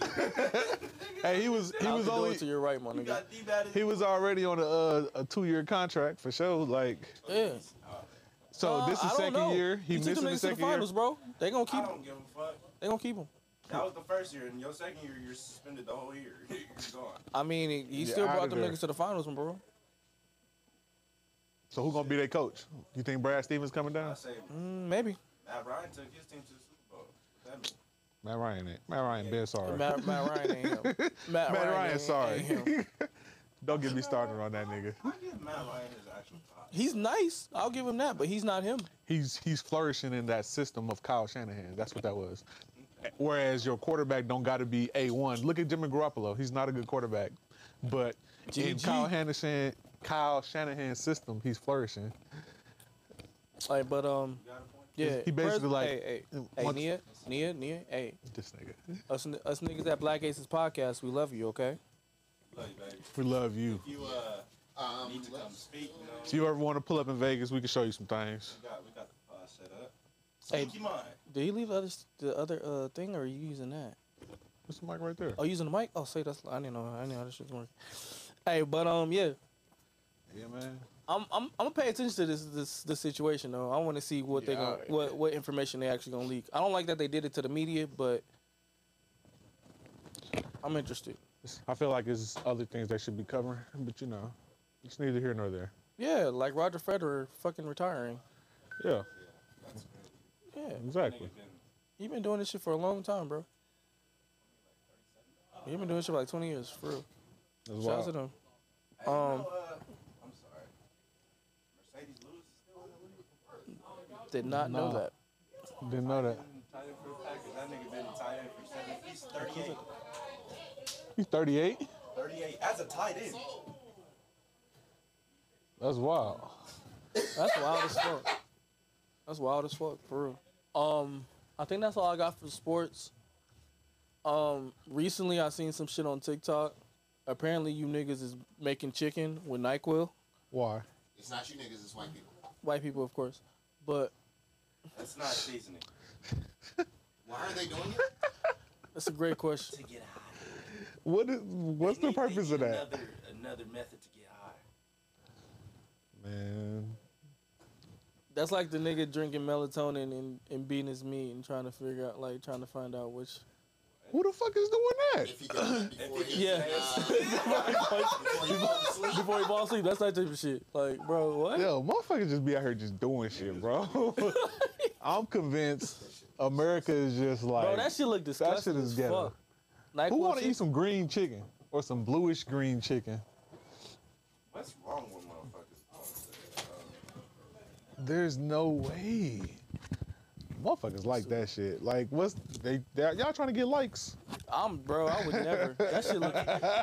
A: hey, he was he
B: I'll
A: was
B: be doing
A: only
B: to your right, my
D: You
B: nigga.
D: got D bad as
A: he was already on a uh, a two year contract for sure. Like,
B: Yeah.
A: so
B: Uh,
A: this
B: I
A: is
B: Uh, don't
A: second
B: know.
A: year. He
B: took
A: missing
B: them
A: the
B: niggas to the
A: second year.
B: finals, bro. They gonna
D: I
B: keep.
D: don't give a fuck.
B: They gonna keep him.
D: That was the first year, and your second year, you're suspended the whole year. You're gone.
B: I mean, he- he
A: Yeah,
B: still
A: outta
B: brought them
A: there.
B: niggas to the finals, bro.
A: So who gonna be their coach? You think Brad Stevens coming down? Hmm,
B: Mm, maybe.
D: Matt Ryan took his team to the Super Bowl. That mean?
A: Matt Ryan ain't. Matt Ryan been sorry.
B: Matt, Matt Ryan ain't him. Matt,
A: Matt Ryan,
B: Ryan ain't-
A: sorry.
B: ain't him.
A: Don't get me started on that nigga.
D: I give Matt Ryan his actual top.
B: He's nice. I'll give him that, but he's not him.
A: He's he's flourishing in that system of Kyle Shanahan. That's what that was. Whereas your quarterback don't got to be a one. Look at Jimmy Garoppolo. He's not a good quarterback, but in
B: GG.
A: Kyle Shanahan Kyle Shanahan's system, he's flourishing.
B: Like, but um, yeah.
A: He basically like-
B: hey, hey, hey
A: once-
B: Nia, Nia, Nia, hey,
A: This nigga.
B: us, n- us niggas at Black Aces Podcast, we love you, okay?
D: Love you, baby.
A: We love you.
D: You uh,
H: Um,
D: need to come speak. You know,
A: If you ever want to pull up in Vegas, we can show you some things.
D: we got we got the pod set up.
B: Hey,
D: Keep mine.
B: did he leave the other s- the other uh thing, or are you using that?
A: What's the mic right there?
B: Oh, using the mic? Oh, say that's I didn't know I didn't know how this shit's working. Hey, but um, yeah,
A: Yeah, man.
B: I'm I'm I'm gonna pay attention to this this this situation though. I want to see what they
A: Yeah,
B: gonna,
A: alright.
B: what what information they actually gonna leak. I don't like that they did it to the media, but I'm interested.
A: I feel like there's other things they should be covering, but you know, it's neither here nor there.
B: Yeah, like Roger Federer fucking retiring.
A: Yeah,
B: Yeah,
A: exactly.
B: you been doing this shit for a long time, bro. you been doing shit for like 20 years, for real.
A: That's
B: Shout out to
A: wild.
B: them.
D: Hey, you
B: Um,
D: know, uh, I'm sorry. Mercedes Lewis is still in the league.
B: did not know
A: Nah.
B: that.
A: Didn't know that.
D: Tight end for the Packers. That nigga been a tight end for seven. He's 38.
A: He's 38.
D: 38 as a tight end.
A: That's wild.
B: That's wild as fuck. That's wild as fuck, for real. Um, I think that's all I got for sports. Um, recently I seen some shit on TikTok. Apparently you niggas is making chicken with NyQuil.
A: Why?
H: It's not you niggas, it's white people.
B: White people, of course. But
D: That's not seasoning.
H: Why are they doing it?
B: that's a great question.
D: To get high.
A: What is? What's the
D: Anything,
A: purpose of that?
D: Another, another method to get high.
A: Man,
B: That's like the nigga drinking melatonin and, and beating his meat and trying to figure out, like, trying to find out which.
A: who the fuck is doing that?
H: If he does it before he,
B: Yeah.
H: before he falls asleep.
B: Before he falls asleep, that's that type of shit. Like, bro, what?
A: Yo, motherfuckers just be out here just doing shit, bro. I'm convinced America is just like
B: Bro, that shit look disgusting.
A: is
B: as
A: ghetto.
B: fuck. NyQuil
A: who want to
B: shit-
A: eat some green chicken or some bluish green chicken?
D: What's wrong with motherfuckers?
A: There's no way. Motherfuckers like that shit. Like, what's they? they y'all trying to get likes?
B: I'm bro. I would never. That shit look,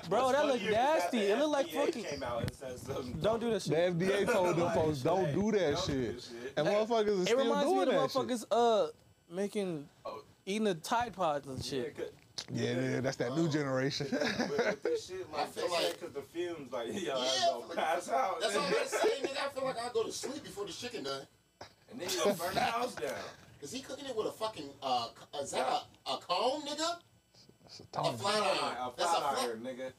B: bro. That look
D: Years after
B: nasty. It look like
D: FDA
B: fucking.
D: Came out and said something.
B: Don't do that
A: The
B: shit.
A: FDA told them folks don't do that
D: Don't do
A: shit,
D: this shit.
A: and motherfuckers are
B: It
A: still
B: reminds me
A: doing
B: of the
A: that shit.
B: motherfuckers uh making
D: Oh.
B: eating the Tide Pods and
D: Yeah,
B: shit.
D: 'cause-
A: Yeah, yeah, that's that new generation.
D: but with this shit, like,
H: feel
D: they said
H: like-
D: 'cause the fumes, like, y'all
H: Yeah,
D: gonna pass out.
H: That's all I'm saying, nigga. I feel like I go to sleep before the chicken done.
D: and then you gonna burn the house down.
H: Is he cooking it with a fucking, uh, c- is that a, a comb, nigga?
A: That's a
H: A
A: ton.
H: flat iron.
D: A
H: That's a
D: flat
H: flat.
D: iron, nigga.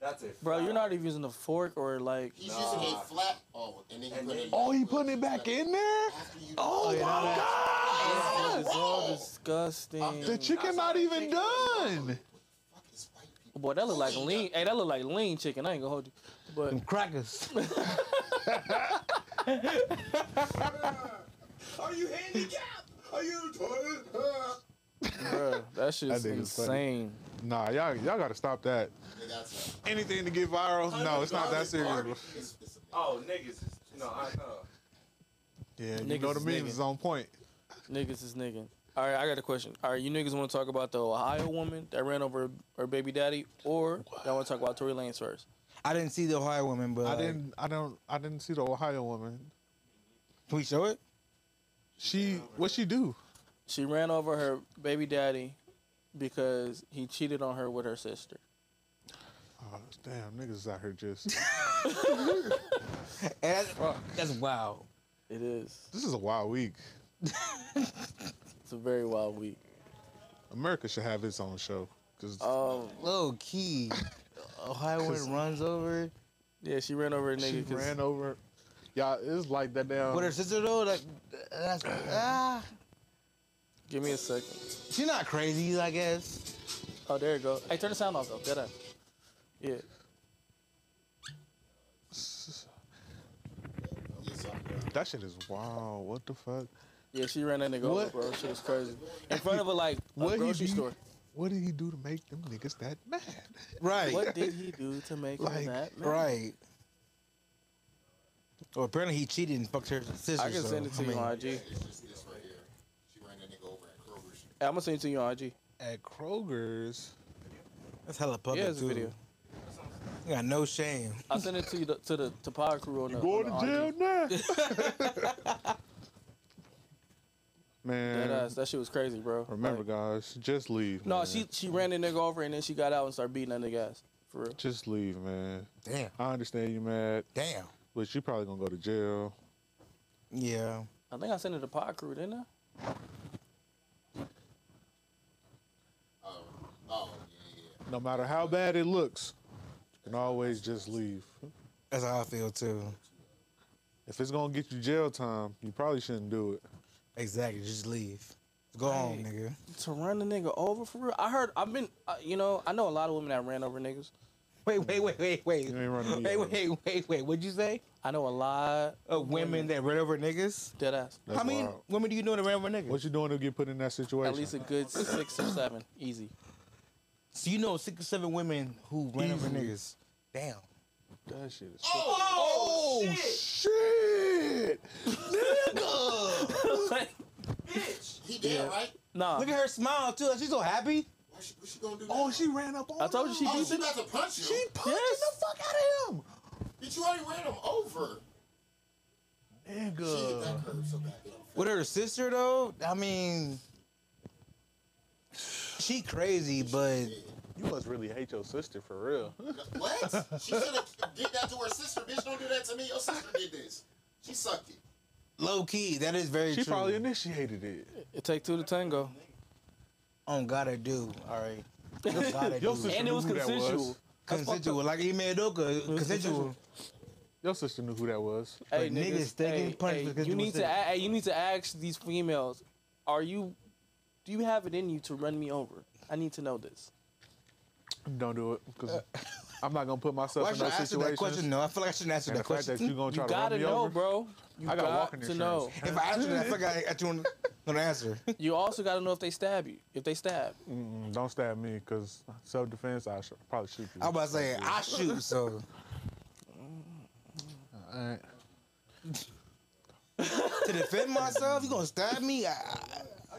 D: That's it.
B: Bro, you're not even using a fork or like.
H: He's
D: Nah.
H: using a flat. Oh, and then he
D: And
H: put
D: then-
H: it.
A: Oh, he putting it back in there?
H: After you-
A: Oh, my
B: This
A: god!
B: is all disgusting.
A: The chicken not even done.
H: Fuck is white people.
B: Boy, that look like
D: Oh,
B: lean. Hey, that look like lean chicken. I ain't gonna hold you. But
C: Crackers.
D: Are you handicapped? Are you retarded?
B: bro, that shit's
A: That nigga's funny.
B: insane.
A: Nah, y'all y'all gotta stop that.
H: They got some.
A: Anything to get viral? No, it's not that serious. bro.
H: It's, it's amazing.
D: Oh, niggas. is- No, I know.
A: Yeah, you
B: Niggas
A: know the
B: is
A: memes
B: niggas.
A: is on point.
B: Niggas is niggin'. All right, I got a question. All right, you niggas want to talk about the Ohio woman that ran over her baby daddy, or y'all want to talk about Tory Lanez first?
C: I didn't see the Ohio woman, but
A: I didn't I don't I didn't see the Ohio woman.
C: Can we show it?
A: She what she do?
B: She ran over her baby daddy because he cheated on her with her sister.
A: Oh, damn, niggas out here just.
C: And that's, that's wow.
B: It is.
A: this is a wild week.
B: It's a very wild week.
A: America should have its own show. Cause
B: Um,
C: Low key. Ohio woman runs over.
B: yeah, she ran over a
A: she
B: nigga. 'cause-
A: ran over.
C: Oh.
A: Y'all, it's like that damn.
C: With her sister though, like that's ah.
B: Give me a second.
C: She's not crazy, I guess.
B: Oh, there you go. Hey, turn the sound off though. Dead ass. Yeah.
A: That shit is wild. What the fuck?
B: Yeah, she ran that nigga over,
A: What?
B: bro. Shit is crazy. In front of a like
A: What
B: a
A: he
B: grocery
A: do-
B: store.
A: What did he do to make them niggas that mad?
B: What did he do to make him
C: Like,
B: that? mad?
C: right. Well, apparently he cheated and fucked her sister.
B: I can
C: so,
B: send it to
C: I
B: you
C: mean,
B: on IG. I'm gonna send it to you on IG.
A: At Kroger's.
C: That's hella public
B: Yeah, it's a
C: too.
B: video.
C: You got no shame.
B: I sent it to you to the to Pod Crew on the.
A: Going
B: on
A: Uh, to
B: the
A: jail
B: IG.
A: now.
B: Dead
A: Man,
B: ass. That shit was crazy, bro.
A: remember, guys, just leave.
B: No,
A: man.
B: she she ran the nigga over and then she got out and started beating that nigga ass. For real.
A: Just leave, man.
C: Damn.
A: I understand you mad,
C: Damn.
A: but you probably gonna go to jail.
C: Yeah.
B: I think I sent it to Pod Crew, didn't I?
H: Oh,
A: No matter how bad it looks, you can always just leave.
C: That's how I feel too.
A: If it's gonna get you jail time, you probably shouldn't do it.
C: Exactly. Just leave. Go home, nigga.
B: To run the nigga over for real. I heard. I've been. Uh, you know. I know a lot of women that ran over niggas.
C: Wait, wait, wait, wait, wait.
A: You ain't running me
C: Wait,
A: over.
C: wait, wait, wait. What'd you say?
B: I know a lot
C: Of women that ran over niggas?
B: dead ass.
A: That's
C: How many
A: wild.
C: women do you know that ran over niggas?
A: What you doing to get put in that situation?
B: At least a good six or seven, easy.
C: So you know six or seven women who ran over niggas. Damn.
A: that shit is.
C: Oh,
A: shit!
B: like,
H: He did, right?
B: nah.
C: Look at her smile too. She's so happy.
H: Why she, what she gonna do?
A: Oh,
H: now?
A: she ran up on.
B: I told you she
H: Oh,
B: beat
H: she
B: the
H: about to punch you.
A: She punching
B: Yes.
A: the fuck out of him.
H: Bitch, you already ran him over. She hit
A: Nigga.
H: that curb so bad.
C: With her sister though, I mean, she crazy, but
A: You must really hate your sister for real.
H: What? She should have did that to her sister. Bitch, don't do that to me. Your sister did this. She sucked it.
C: low key, that is very
A: She
C: true.
A: probably initiated it.
B: It take two to tango.
C: on God I do. All right. On God I
A: Your
C: do.
A: sister
B: And it
A: knew
B: was
A: who that
B: consensual.
C: Consensual, like Ime Adoka, consensual.
A: Your sister knew who that was.
B: Hey,
C: But niggas, they getting punished because
B: you
C: you
B: need
C: said-
B: to. a- Hey, you need to ask these females. Are you? Do you have it in you to run me over? I need to know this.
A: Don't do it because I'm not gonna put myself
C: Uh, Why
A: in
C: should I
A: those
C: answer that
A: situations.
C: question? No, I feel like I shouldn't answer
A: and the
C: that
A: fact
C: question.
A: that you gonna
B: You
A: try to run
B: gotta
A: me
B: know,
A: over,
B: bro. You
A: I got
B: got
A: walking
B: to
A: insurance.
B: know.
C: if I answer that, I feel like I, I don't don't answer.
B: You also got to know if they stab you. If they stab,
A: Mm, Don't stab me because self defense. I should probably shoot you.
C: I'm about to say I shoot, so
A: All right.
C: to defend myself, you gonna stab me? I, I,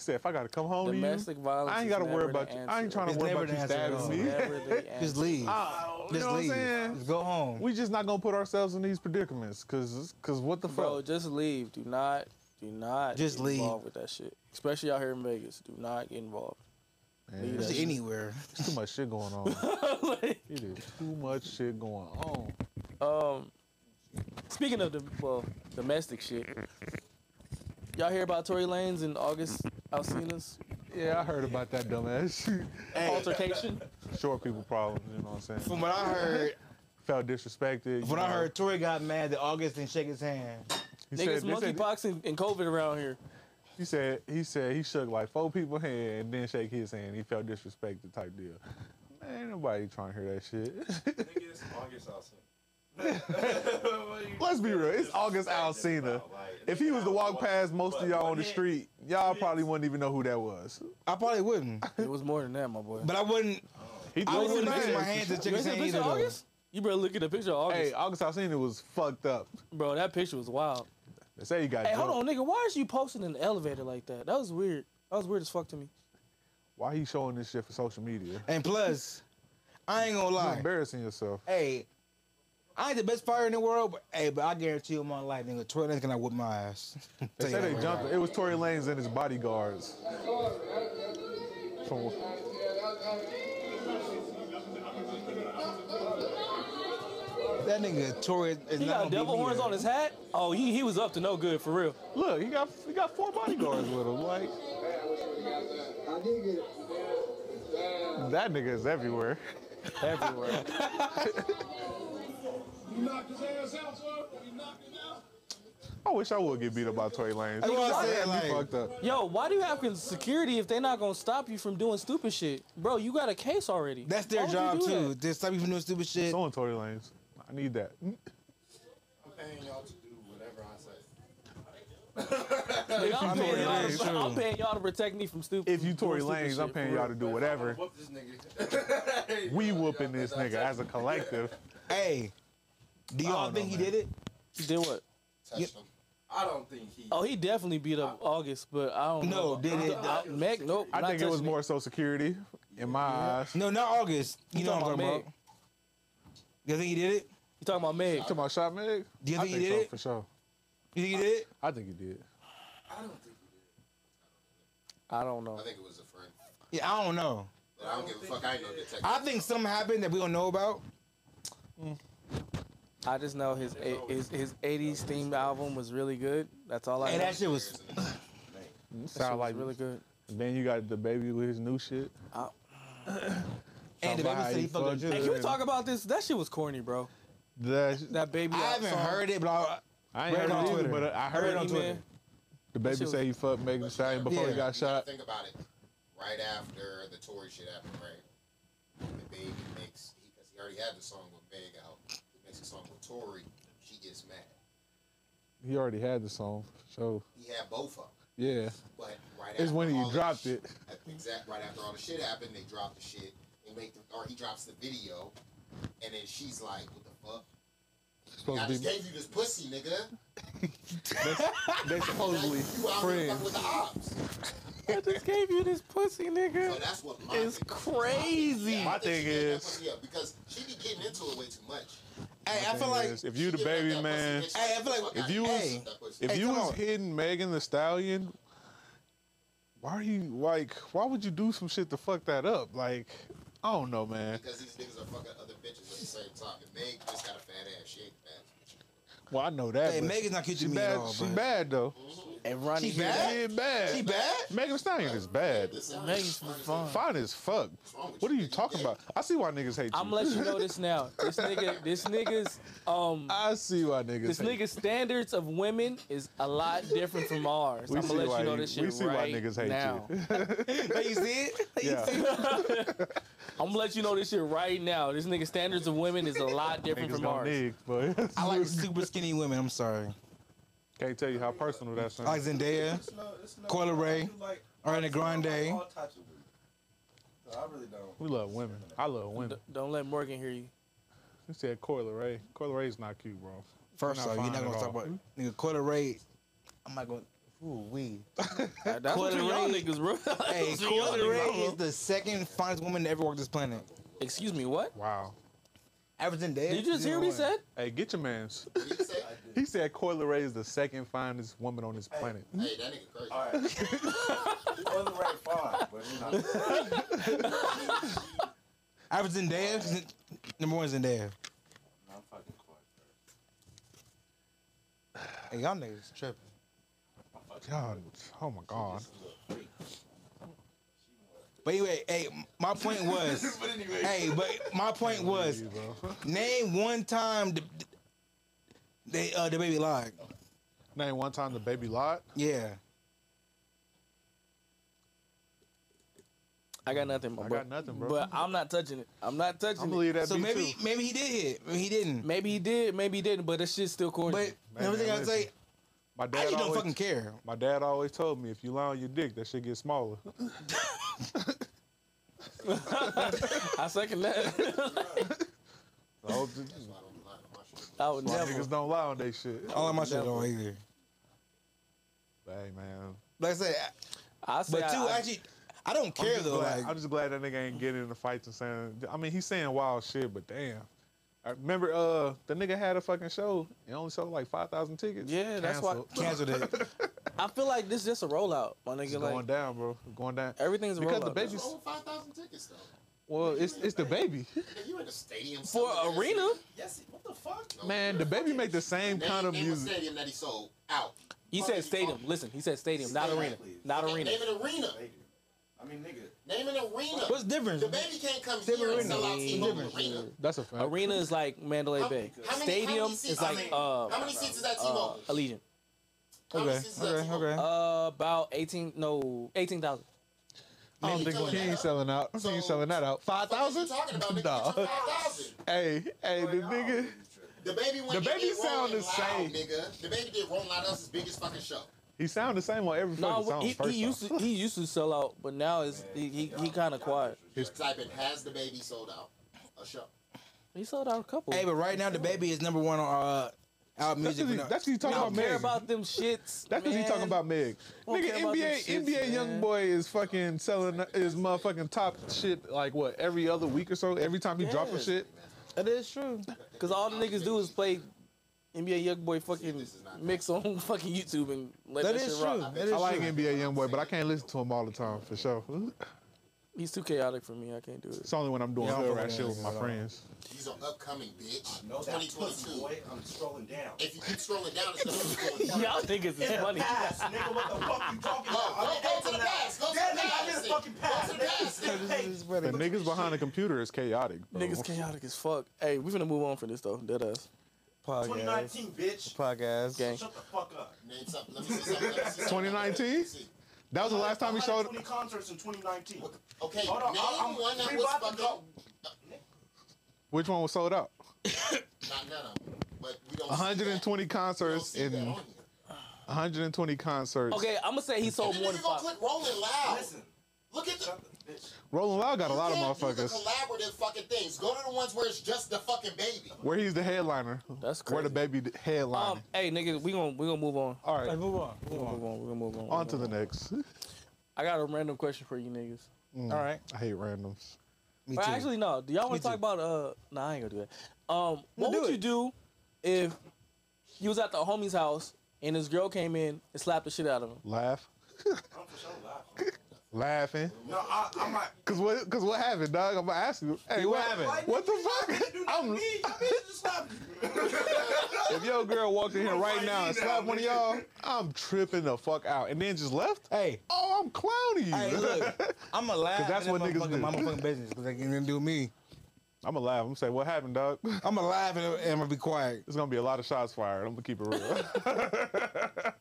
A: Said if I gotta come home to
B: domestic
A: you,
B: violence.
A: I ain't
B: is
A: gotta
B: never
A: worry
B: the
A: about you. I
B: answer.
A: ain't trying to
C: It's
A: worry
C: never
A: about you
C: the answer at all.
A: stabbing me.
B: Never Oh, the
C: just
B: answer.
C: leave.
A: Oh, you
C: ah, Just
A: know what I'm
C: leave.
A: saying?
C: Just go home.
A: We just not gonna put ourselves in these predicaments, cause, cause what the
B: Bro,
A: fuck?
B: just leave. Do not, do not
C: Just
B: get
C: leave.
B: involved with that shit. Especially out here in Vegas. Do not get involved.
A: Man,
B: leave
A: there's
C: Just
B: that
C: anywhere.
A: too much shit going on.
B: Like,
A: it is too much shit going on.
B: um, speaking of the well, domestic shit, y'all hear about Tory Lanez and August Alsina's
A: Yeah, I heard about that dumbass shit.
B: altercation?
A: Short people problems. You know what I'm saying?
C: From what I heard,
A: Felt disrespected. you
C: when I
A: know.
C: heard Tory got mad that August didn't shake his hand.
A: he
B: Niggas
A: they said-
B: monkeypox and, and COVID around here.
A: He said he said he shook like four people's hand and then shake his hand. He felt disrespected type deal. Man, ain't nobody trying to hear that shit.
D: Nigga, it's August Alsina.
A: Let's be real, it's August Alsina. If he was to walk past most of y'all on the street, y'all probably wouldn't even know who that was.
C: I probably wouldn't,
B: It was more than that, my boy.
C: but I wouldn't.
A: He
C: I
A: looked
C: wouldn't
A: mad.
C: get my hand to shake
B: you ain't
C: his
B: seen
C: hand
B: the picture
C: either.
B: of
C: though.
B: August? You better look at the picture of August.
A: Hey, August Alsina was fucked up.
B: Bro, that picture was wild.
A: They say he got
B: Hey,
A: drunk.
B: hold on, nigga. Why is you posting in the elevator like that? That was weird. That was weird as fuck to me.
A: Why he showing this shit for social media?
C: And plus, I ain't gonna
A: You
C: lie.
A: embarrassing yourself.
C: Hey, I ain't the best fighter in the world, but hey, but I guarantee you, in my life, nigga, Tory Lanez gonna whip my ass.
A: They
C: Tell you
A: say
C: that
A: they
C: right
A: jumped.
C: now.
A: It was Tory Lanez and his bodyguards. From
C: That nigga Tory is
B: He
C: not
B: got
C: gonna
B: devil
C: beat me
B: horns
C: up.
B: on his hat. Oh, he, he was up to no good for real.
A: Look, he got he got four bodyguards with him. Like that nigga is everywhere.
B: Everywhere.
I: You knocked his ass out, son. You knocked him out.
A: I wish I would get beat up by Tory Lanez.
B: That's what I
A: I'd
B: said,
A: be
B: like-
A: fucked up.
B: Yo, why do you have security if they're not gonna stop you from doing stupid shit, bro? You got a case already.
C: That's their job too.
B: That?
C: Just stop you from doing stupid shit.
A: Someone Tory Lanez. I need that.
H: I'm paying y'all to do whatever I say.
B: Nigga, I'm,
A: If you
B: paying
A: Tory
B: y'all
A: Lanez,
B: to, I'm
A: true.
B: paying y'all to protect me from stupid.
A: If you Tory
B: doing stupid
A: Lanez, I'm
B: shit,
A: paying
B: for
A: y'all
B: real.
A: to do whatever.
D: Whoop this nigga.
A: We whooping this nigga as a collective.
C: Hey, do y'all think he did it?
B: He did what?
H: Touched him.
D: I don't think he.
B: Oh, he definitely beat up August, but I don't.
C: No,
B: know about-
C: did it-
B: I, I, Meg, nope.
A: I
B: not
A: think it was
B: touching
A: more so security in my eyes.
C: No, not August. You
B: You
C: know what I'm
B: talking
C: talking
B: about
C: about. You think he did it?
B: You talking about Meg?
A: To my shot, Meg?
C: Do you
A: I
C: think he
A: think
C: did
A: so,
C: it?
A: for sure.
C: You think he did it?
A: I think he did.
D: I don't think he did.
B: I don't know.
H: I think it was a friend.
C: Yeah, I don't know.
H: But I don't give a fuck. I ain't no detective.
C: I think something happened that we don't know about.
B: I just know his a- his his '80s themed album was really good. That's all I.
C: And
B: know.
C: that shit was.
B: That shit
A: Sound
B: was
A: like
B: really good.
A: Then you got the baby with his new shit.
B: I-
C: And the baby said he fucked her too.
B: Hey, can we talk about this? That shit was corny, bro.
A: That,
B: That baby.
C: I
B: Out
C: haven't
B: song.
C: heard it, but I,
A: I ain't heard
C: Read it on
A: it either,
C: Twitter.
A: but I heard it on Twitter. The baby
B: E, shit was-
A: said he fucked Meg Thee Stallion before
C: Yeah.
A: he got shot.
H: Think about it. Right after the Tory shit happened, right? The baby makes because he already had the song with Meg out. He makes a song with Tory. She gets mad.
A: He already had the song, so
H: He had both of them,
A: yeah.
H: but right
A: It's
H: after
A: when he
H: all
A: dropped
H: the
A: it.
H: sh- Exact. Right after all the shit happened, they dropped the shit. They make the or he drops the video, and then she's like, "What the fuck?
A: Supposed
H: I
A: to
H: just
A: be
H: gave you this pussy, nigga.
A: they supposedly
H: You out here fucking
A: friends.
H: with the ops."
B: I just gave you this pussy, nigga.
H: So that's what my
B: It's
H: thing-
B: crazy.
H: Yeah, I
A: My
H: think she
A: thing
H: gave that
A: is-
H: pussy up because she be getting into it way too much.
C: hey, I feel like.
A: if you the baby man,
C: Hey, I feel like
A: if you was- if
C: Hey,
A: you
C: come
A: was
C: on.
A: hitting Megan the Stallion, why are you like? Why would you do some shit to fuck that up? Like, I don't know, man.
H: because these niggas are fucking other bitches at the same time. And Meg just got a fat ass. She ain't fat.
A: Well, I know that.
C: Hey,
A: but
C: Megan's not cute
A: she
C: to me
A: bad,
C: at all.
A: She
C: but-
A: bad though.
B: And Ronnie,
C: She bad?
A: She bad.
C: She bad?
A: Megan Thee Stallion is bad.
B: Megan's for fun.
A: Fine as fuck. What are you talking about? I see why niggas hate you.
B: I'm gonna let you know this now. This nigga, this nigga's um,
A: I see why niggas.
B: this
A: hate you.
B: nigga's standards of women is a lot different from ours.
A: We
B: I'm
A: see
B: gonna let
A: why
B: you know
A: you-
B: this shit
A: we see why
B: right
A: niggas hate you.
B: now.
C: Hey, you see it?
A: Yeah,
B: I'm gonna let you know this shit right now. This nigga standards of women is a lot different
A: niggas
B: from
A: don't
B: ours.
A: need, but
C: I like super skinny women. I'm sorry.
A: can't tell you how personal that
C: I
A: sounds.
C: like Zendaya,
D: It's no, it's no,
C: Coil Ray,
D: I do like-
C: Ariana
D: I like
C: Grande.
D: all types of women. So I really don't.
A: We love women. I love women.
B: D- don't let Morgan hear you.
A: He said Coyle Ray. Coyle Ray's not cute, bro.
C: First
A: Not
C: off, you're
A: fine
C: not
A: at
C: gonna talk
A: all.
C: about nigga quarter rate. I'm not gonna. Ooh wee.
B: That- That's what
C: Coil
B: you young
C: Ray.
B: niggas, bro.
C: Hey, quarter Ray is the second finest woman to ever walk this planet.
B: Excuse me, what?
A: Wow.
C: Ever Zendaya.
B: Did you just hear what he said?
A: Hey, get your man's.
H: What you say?
A: He said Coyle Ray is the second finest woman on this planet.
H: Hey, that nigga crazy.
D: All right. Coil Ray, fine, but you know,
C: Ever Zendaya. Zen- Number one Zendaya.
D: I'm fucking Coil
C: Hey, y'all niggas tripping.
A: God, oh my God.
C: But anyway, hey, my point was.
D: Ray. But anyway,
C: hey, but my point was.
A: Hey, bro.
C: Name one time the, they uh the baby lied.
A: Name one time the baby lied.
C: Yeah.
B: I got nothing, bro.
A: I got nothing, bro.
B: But I'm not touching it. I'm not
A: I
B: touching it.
A: believe that.
C: So
A: be
C: maybe
A: too.
C: maybe he did hit. Maybe he didn't.
B: Maybe he did, maybe he didn't, but that shit's still corny.
C: But
A: Man,
C: everything I
A: listen.
C: say,
A: my
C: I
A: dad
C: just don't
A: always
C: fucking care.
A: my dad always told me if you lie on your dick, that shit gets smaller.
B: I second that.
A: I hope that-
H: That's why I don't lie to my shit.
B: I would
A: why
B: never.
A: niggas don't lie on they shit.
C: I don't like my shit at all either.
A: But Hey man,
C: Like I said,
B: I say
C: but
B: I,
C: two
B: I-
C: actually, I don't
A: I'm
C: care
A: just
C: though.
A: glad-
C: Like
A: I'm just glad that nigga ain't getting into fights and saying. I mean, he's saying wild shit, but damn. I remember, uh, the nigga had a fucking show and only sold like five thousand tickets.
B: Yeah, that's why-
A: Canceled.
C: canceled it.
B: I feel like this is just a rollout, my
A: It's
B: nigga.
A: going
B: Like
A: down, bro. It's going down.
B: everything's a
A: because
B: rollout.
A: the
B: bro.
A: baby's
H: What's wrong with 5,000 tickets, though?
A: well, it's it's the baby.
H: Nigga, You in the stadium.
B: for
H: selling that
B: arena,
H: shit.
D: yes, what the fuck?
H: No,
A: Man, the baby make the same
H: name,
A: kind of
H: name
A: music.
H: a stadium that he sold out.
B: he
H: Fuck
B: said
H: you,
B: stadium.
H: fuck.
B: Listen, he said stadium, not arena, not
H: Okay,
B: arena.
H: Name an arena.
D: They do. I mean, nigga,
H: Name an arena.
C: What's the difference?
H: The baby can't come
C: Different
H: here and
C: arena.
H: sell out T-Mobile
C: Different.
H: Arena.
A: That's a fact.
B: Arena is like Mandalay Bay.
H: How many- how many
B: Stadium
H: seats-
B: is
H: I
B: like
H: mean,
B: uh,
H: How many seats is that
B: uh
H: T-Mobile?
B: Allegiant. Okay.
C: sense does okay, it? okay.
B: Uh, about eighteen. No, eighteen thousand.
A: I
C: Oh,
A: don't think he ain't selling out. He ain't selling that out. Five thousand? No. Hey, hey, the nigga.
H: The baby went
A: The
H: and
A: baby
H: did Roll
A: sound
H: and
A: the
H: Loud,
A: same.
H: nigga. The baby did Rolling Loud. That's his biggest fucking show.
A: He sound the same on every
B: No,
A: fucking song.
B: he,
A: first
B: he used to he used to sell out, but now it's he he, he kind of quiet.
H: His type in has the baby sold out a show.
B: He sold out a couple.
C: Hey, but right now the baby is number one on uh, our music.
A: he- that's what he talking
C: We don't
A: about,
C: care
A: man.
B: about them shits.
A: That's because he talking
B: man.
A: about Meg.
B: Don't
A: Nigga,
B: care about
A: NBA NBA
B: them shits,
A: YoungBoy young
B: man.
A: boy is fucking selling is motherfucking top shit like what every other week or so. Every time he drop a
B: Yes.
A: shit,
B: That is true. Cause all the niggas do is play NBA YoungBoy fucking mix on fucking YouTube and let that,
C: That is
B: shit rock.
C: true. That
A: I like NBA young boy, but I can't listen to him all the time for sure.
B: He's too chaotic for me. I can't do it.
A: It's only when I'm doing
C: Yeah, I don't
A: hood
C: fuck
A: rat
C: with
A: shit
C: that
A: with my
C: nigga at all.
A: friends.
H: He's an upcoming bitch.
D: No, that pussy
H: 2022.
D: boy. I'm scrolling down.
H: If you keep scrolling down, it's gonna keep going.
B: Y'all niggas is funny.
D: Pass, nigga. What the fuck you talking about?
H: Go,
D: I
H: go
D: didn't
H: to the
D: answer that.
H: past. Go to the
D: Yeah, nigga, I
H: past.
D: just fucking passed.
H: Go to the past.
D: Nigga, hey,
A: The niggas behind the computer is chaotic. Bro.
B: Niggas chaotic as fuck. Hey, we finna move on from this though. Dead ass.
C: Podcast.
D: 2019, bitch.
C: Podcast.
B: Gang.
D: Shut the fuck up.
H: Man, something. Let me see something. Let me see something.
A: 2019. That was the last time he
D: I had
A: showed.
D: 20 concerts in 2019.
H: Okay,
D: Hold on,
H: name
D: I'm- I'm
H: one that
D: free
H: was
D: about to
H: fucking.
D: go.
A: Which one was sold out?
H: Not none of them. But we don't. see that.
A: 120
H: We don't
A: concerts
H: see
A: in
H: that on here.
A: 120 concerts.
B: Okay, I'm gonna say he
H: And
B: sold
H: then
B: more
H: nigga
B: than
H: gonna
B: five.
H: click Rolling Loud.
D: Listen,
H: Look at the.
D: shut the bitch.
A: Rolling Loud got a lot of
H: You can't do the
A: motherfuckers.
H: Collaborative fucking things. Go to the ones where it's just the fucking baby.
A: Where he's the headliner.
B: That's
A: Where the
B: crazy.
A: baby headliner.
B: Um, hey nigga, we gonna we gonna move on.
A: All right,
C: move on.
B: We're
C: Move on.
B: gonna move on. We're gonna move on. We're
A: on to
B: gonna-
A: the next.
B: I got a random question for you niggas.
A: Mm,
C: All right.
A: I hate randoms.
C: Me
B: Well,
C: too.
B: actually, no. Do y'all want
C: Me
B: to talk
C: too.
B: about uh? Nah, I ain't gonna do that. Um, what
C: do
B: would
C: it.
B: you do if you was at the homie's house and this girl came in and slapped the shit out of him?
A: Laugh,
D: I'm for sure laughing.
A: laughing.
D: No, I, I'm like,
A: Cause what? Cause what happened, dog? I'm gonna ask you. Hey, what
D: happened?
A: What the fuck?
D: dude,
A: I'm-
D: I'm me. You bitch just slapped me.
A: if your girl walked in here right
D: fight
A: now
D: me
A: and
D: now,
A: slapped one of
D: nigga.
A: y'all, I'm tripping the fuck out, and then just left.
C: Hey.
A: Oh, I'm clowning you.
C: Hey, look, I'm gonna laugh.
A: 'Cause that's
C: and
A: what
C: then
A: niggas
C: motherfucking
A: do.
C: My motherfucking business, cause they can do me.
A: I'm gonna laugh. I'm gonna say, what happened, dog? There's
C: I'm gonna laugh and, and I'm gonna be quiet.
A: gonna be a lot of shots fired. I'm gonna keep it real.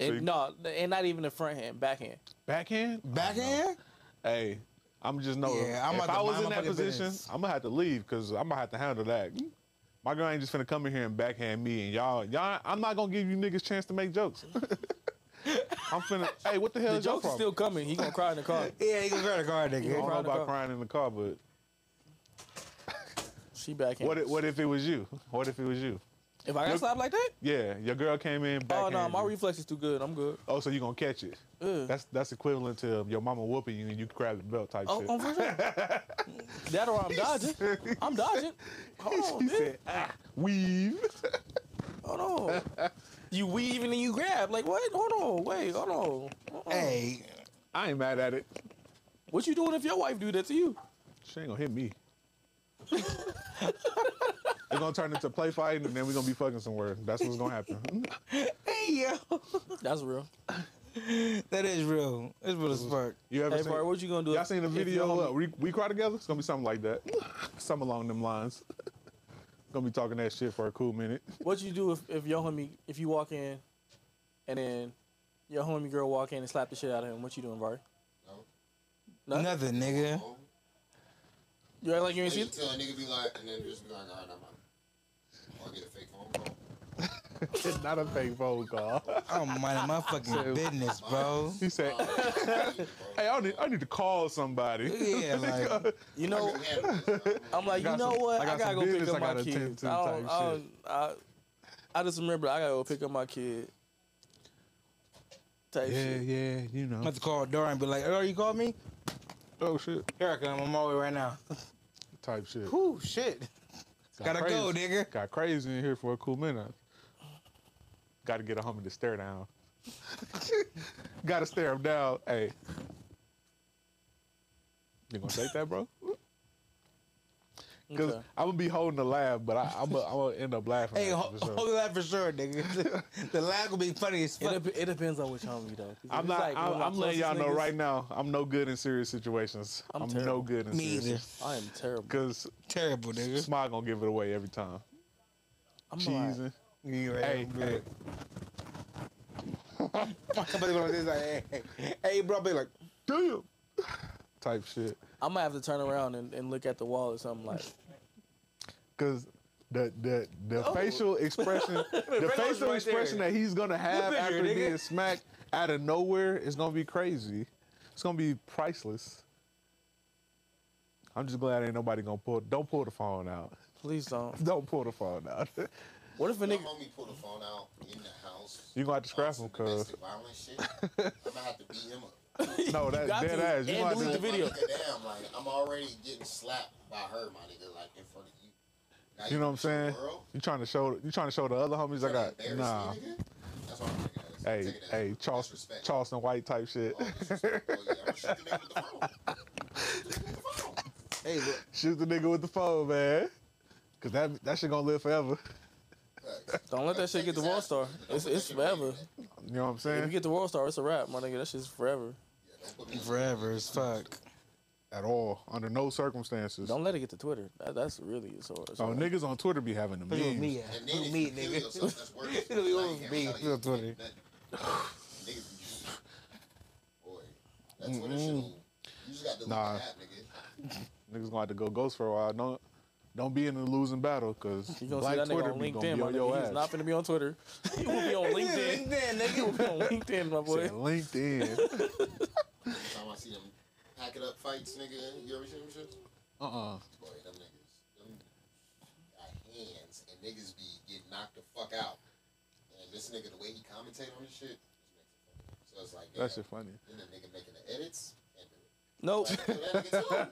A: See?
B: And, no, and not even the front hand, back hand.
A: Backhand.
C: Backhand?
A: Hey, I'm just know.
C: Yeah, I'm
A: if
C: about to
A: I was
C: mind
A: in
C: my
A: that
C: fucking
A: position,
C: business.
A: I'm gonna have to leave because I'm gonna have to handle that. My girl ain't just finna come in here and backhand me and y'all. Y'all, I'm not gonna give you niggas chance to make jokes. I'm finna. Hey, what the hell
B: The
A: is your
B: joke's is
A: problem?
B: still coming. He gonna cry in the car.
C: Yeah, you gonna grab the card,
A: I
C: nigga.
A: don't know
B: crying in the
A: about
B: car.
A: crying in the car, but
B: She backhand.
A: what if, what if it was you? What if it was you?
B: if I got
A: Look-
B: slapped like that?
A: Yeah, your girl came in
B: Oh
A: backhand.
B: no, my
A: you.
B: reflex is too good. I'm good.
A: oh, so you gonna catch it?
B: Ugh.
A: That's that's equivalent to your mama whooping you and you grab the belt type
B: Oh,
A: shit.
B: oh, for sure. that or I'm dodging. I'm dodging. Hold on,
A: he
B: man.
A: said, ah, weave.
B: Hold on. You weave and then you grab. Like what? Hold on. Wait. Hold on. Hold on.
C: Hey,
A: I ain't mad at it.
B: What you doing if your wife do that to you?
A: She ain't gonna hit me. It's gonna turn into play fighting, and then we're gonna be fucking somewhere. That's what's gonna happen. Hmm?
C: hey yo,
B: That's real.
C: that is real. It's real as fuck.
A: You ever
B: Hey,
A: seen?
B: bro, what you gonna do?
A: y'all
B: if-
A: seen the
B: if your
A: video?
B: homie-
A: Uh, we, we cry together. It's gonna be something like that. something along them lines. gonna be talking that shit for a cool minute.
B: What you do if, if your homie if you walk in, and then your homie girl walk in and slap the shit out of him? What you doing, Vari? No. No.
C: Nothing, nigga.
B: You act like you ain't see.
H: Until
B: it?
H: a nigga be like, and then just be like, all right, I'm out. Or I get a fake phone call.
A: It's not a fake phone call.
C: I'm minding my fucking business, bro.
A: he said, "Hey, I need I need to call somebody."
C: Yeah, like
B: You know, I'm like, you
A: got
B: know
A: some-
B: what?
A: I
B: I,
A: got
B: gotta
A: some
B: go pick
A: business
B: up
A: I
B: my
A: gotta attend
B: kids.
A: to
B: I don't,
A: type
B: I,
A: shit.
B: don't, I, I just remember I gotta go pick up my kid. Type
A: yeah,
B: shit.
A: yeah, you know.
C: I'm about to call Dora and be like, "Oh, you called me?
A: Oh shit,
C: Here I come. I'm on my way right now."
A: type shit.
C: Whew, shit. Gotta
A: crazy.
C: go, nigga.
A: Got crazy in here for a cool minute. Got to get a homie to stare down. Got to stare him down. Hey, you gonna take that, bro? Because
B: Okay.
A: I'm gonna be holding the laugh, but I, I'm gonna I'm gonna end up laughing.
C: Hey,
A: at you
C: ho-
A: for sure.
C: hold that for sure, nigga. the lag will be funny as
B: It,
C: fuck.
B: dep- it depends on which homie though. 'Cause if
A: I'm
B: it's
A: not.
B: like one of
A: I'm,
B: my
A: I'm letting y'all
B: closest
A: know
B: niggas,
A: right now. I'm no good in serious situations.
B: I'm
A: I'm, no
B: terrible.
A: good in
C: Me either.
A: serious.
B: I am terrible.
A: Because
C: Terrible, nigga.
A: Smile gonna give it away every time.
B: I'm
A: Cheesing.
B: like,
C: You right,
A: Hey,
C: I'm
A: hey.
C: good. Somebody like, hey, hey, hey, bro, be like,
A: damn. Type shit.
B: I might have to turn around and, and look at the wall or something like.
A: Cause the the the
B: Oh.
A: facial expression the
B: Brandon's
A: facial
B: right
A: expression
B: there.
A: that he's gonna have
B: Look at her,
A: after
B: nigga.
A: being smacked out of nowhere is gonna be crazy. It's gonna be priceless. I'm just glad ain't nobody gonna pull. Don't pull the phone out.
B: Please don't.
A: Don't pull the phone out.
B: What if a
H: My
B: nigga?
H: homie pulled the phone out in the house.
A: you gonna have to scrap him, cause
H: Domestic violence shit. I'm gonna have to beat him up.
A: no, that
B: got
A: dead
B: to,
A: ass. You
B: and
A: gonna have
B: delete the
A: to.
H: Like,
B: video.
H: my nigga, damn, like I'm already getting slapped by her, my nigga, like in front of you. Now
A: You know what I'm
H: show the
A: saying?
H: world?
A: You trying to show you trying to show the other homies I
H: Tryna
A: got.
H: embarrass me,
A: Nah.
H: nigga? That's what I'm taking as. I'm
A: Hey,
H: taking it as
A: hey, Charleston,
H: disrespect.
A: Charleston White type shit.
H: Oh, disrespect. Oh, yeah, I'm gonna shoot the nigga with the phone. Shoot the nigga with the phone.
C: hey, bro.
A: Shoot the nigga with the phone, man. Cause that that shit gonna live forever.
H: Look,
B: Don't let that shit get the world star. It's it's forever.
A: You know what I'm
B: If you
A: saying?
B: get the world star, it's a wrap, my nigga. That shit's forever.
C: Forever as fuck.
A: At all, under no circumstances.
B: Don't let it get to Twitter. That, that's really it's a, it's a
A: oh,
B: wrap.
A: niggas on Twitter be having the
C: Who me
A: memes.
C: at?
H: And then
C: Who
H: if
C: me,
H: you kill yourself,
C: nigga?
H: that's worse.
C: It'll be
H: Now
C: on
H: you
C: me. Feel Twitter.
H: can't tell you nothing. Niggas be just- Boy, that Twitter shit will- You just got to
A: Nah.
H: look at that, nigga.
A: Niggas gonna have to go ghost for a while. Don't don't be in the losing battle, cause
B: You gonna
A: black
B: see that nigga
A: Twitter
B: on
A: be
B: LinkedIn,
A: gonna
B: my
A: be on your
B: nigga.
A: ass.
B: He's not gonna be on Twitter. He will be on LinkedIn.
C: LinkedIn,
B: He
C: nigga.
B: will be on LinkedIn, my boy.
A: Said LinkedIn.
H: Time I see them pack it up fights, nigga. You ever seen them shit?
A: uh uh
H: Boy, them niggas, them got hands, and niggas be getting knocked the fuck out. And this nigga, the way he commentate on this shit, just makes it funny. so it's like,
A: That
H: yeah,
A: shit funny.
H: then the nigga making the edits. And the,
B: No,
H: that nigga too. The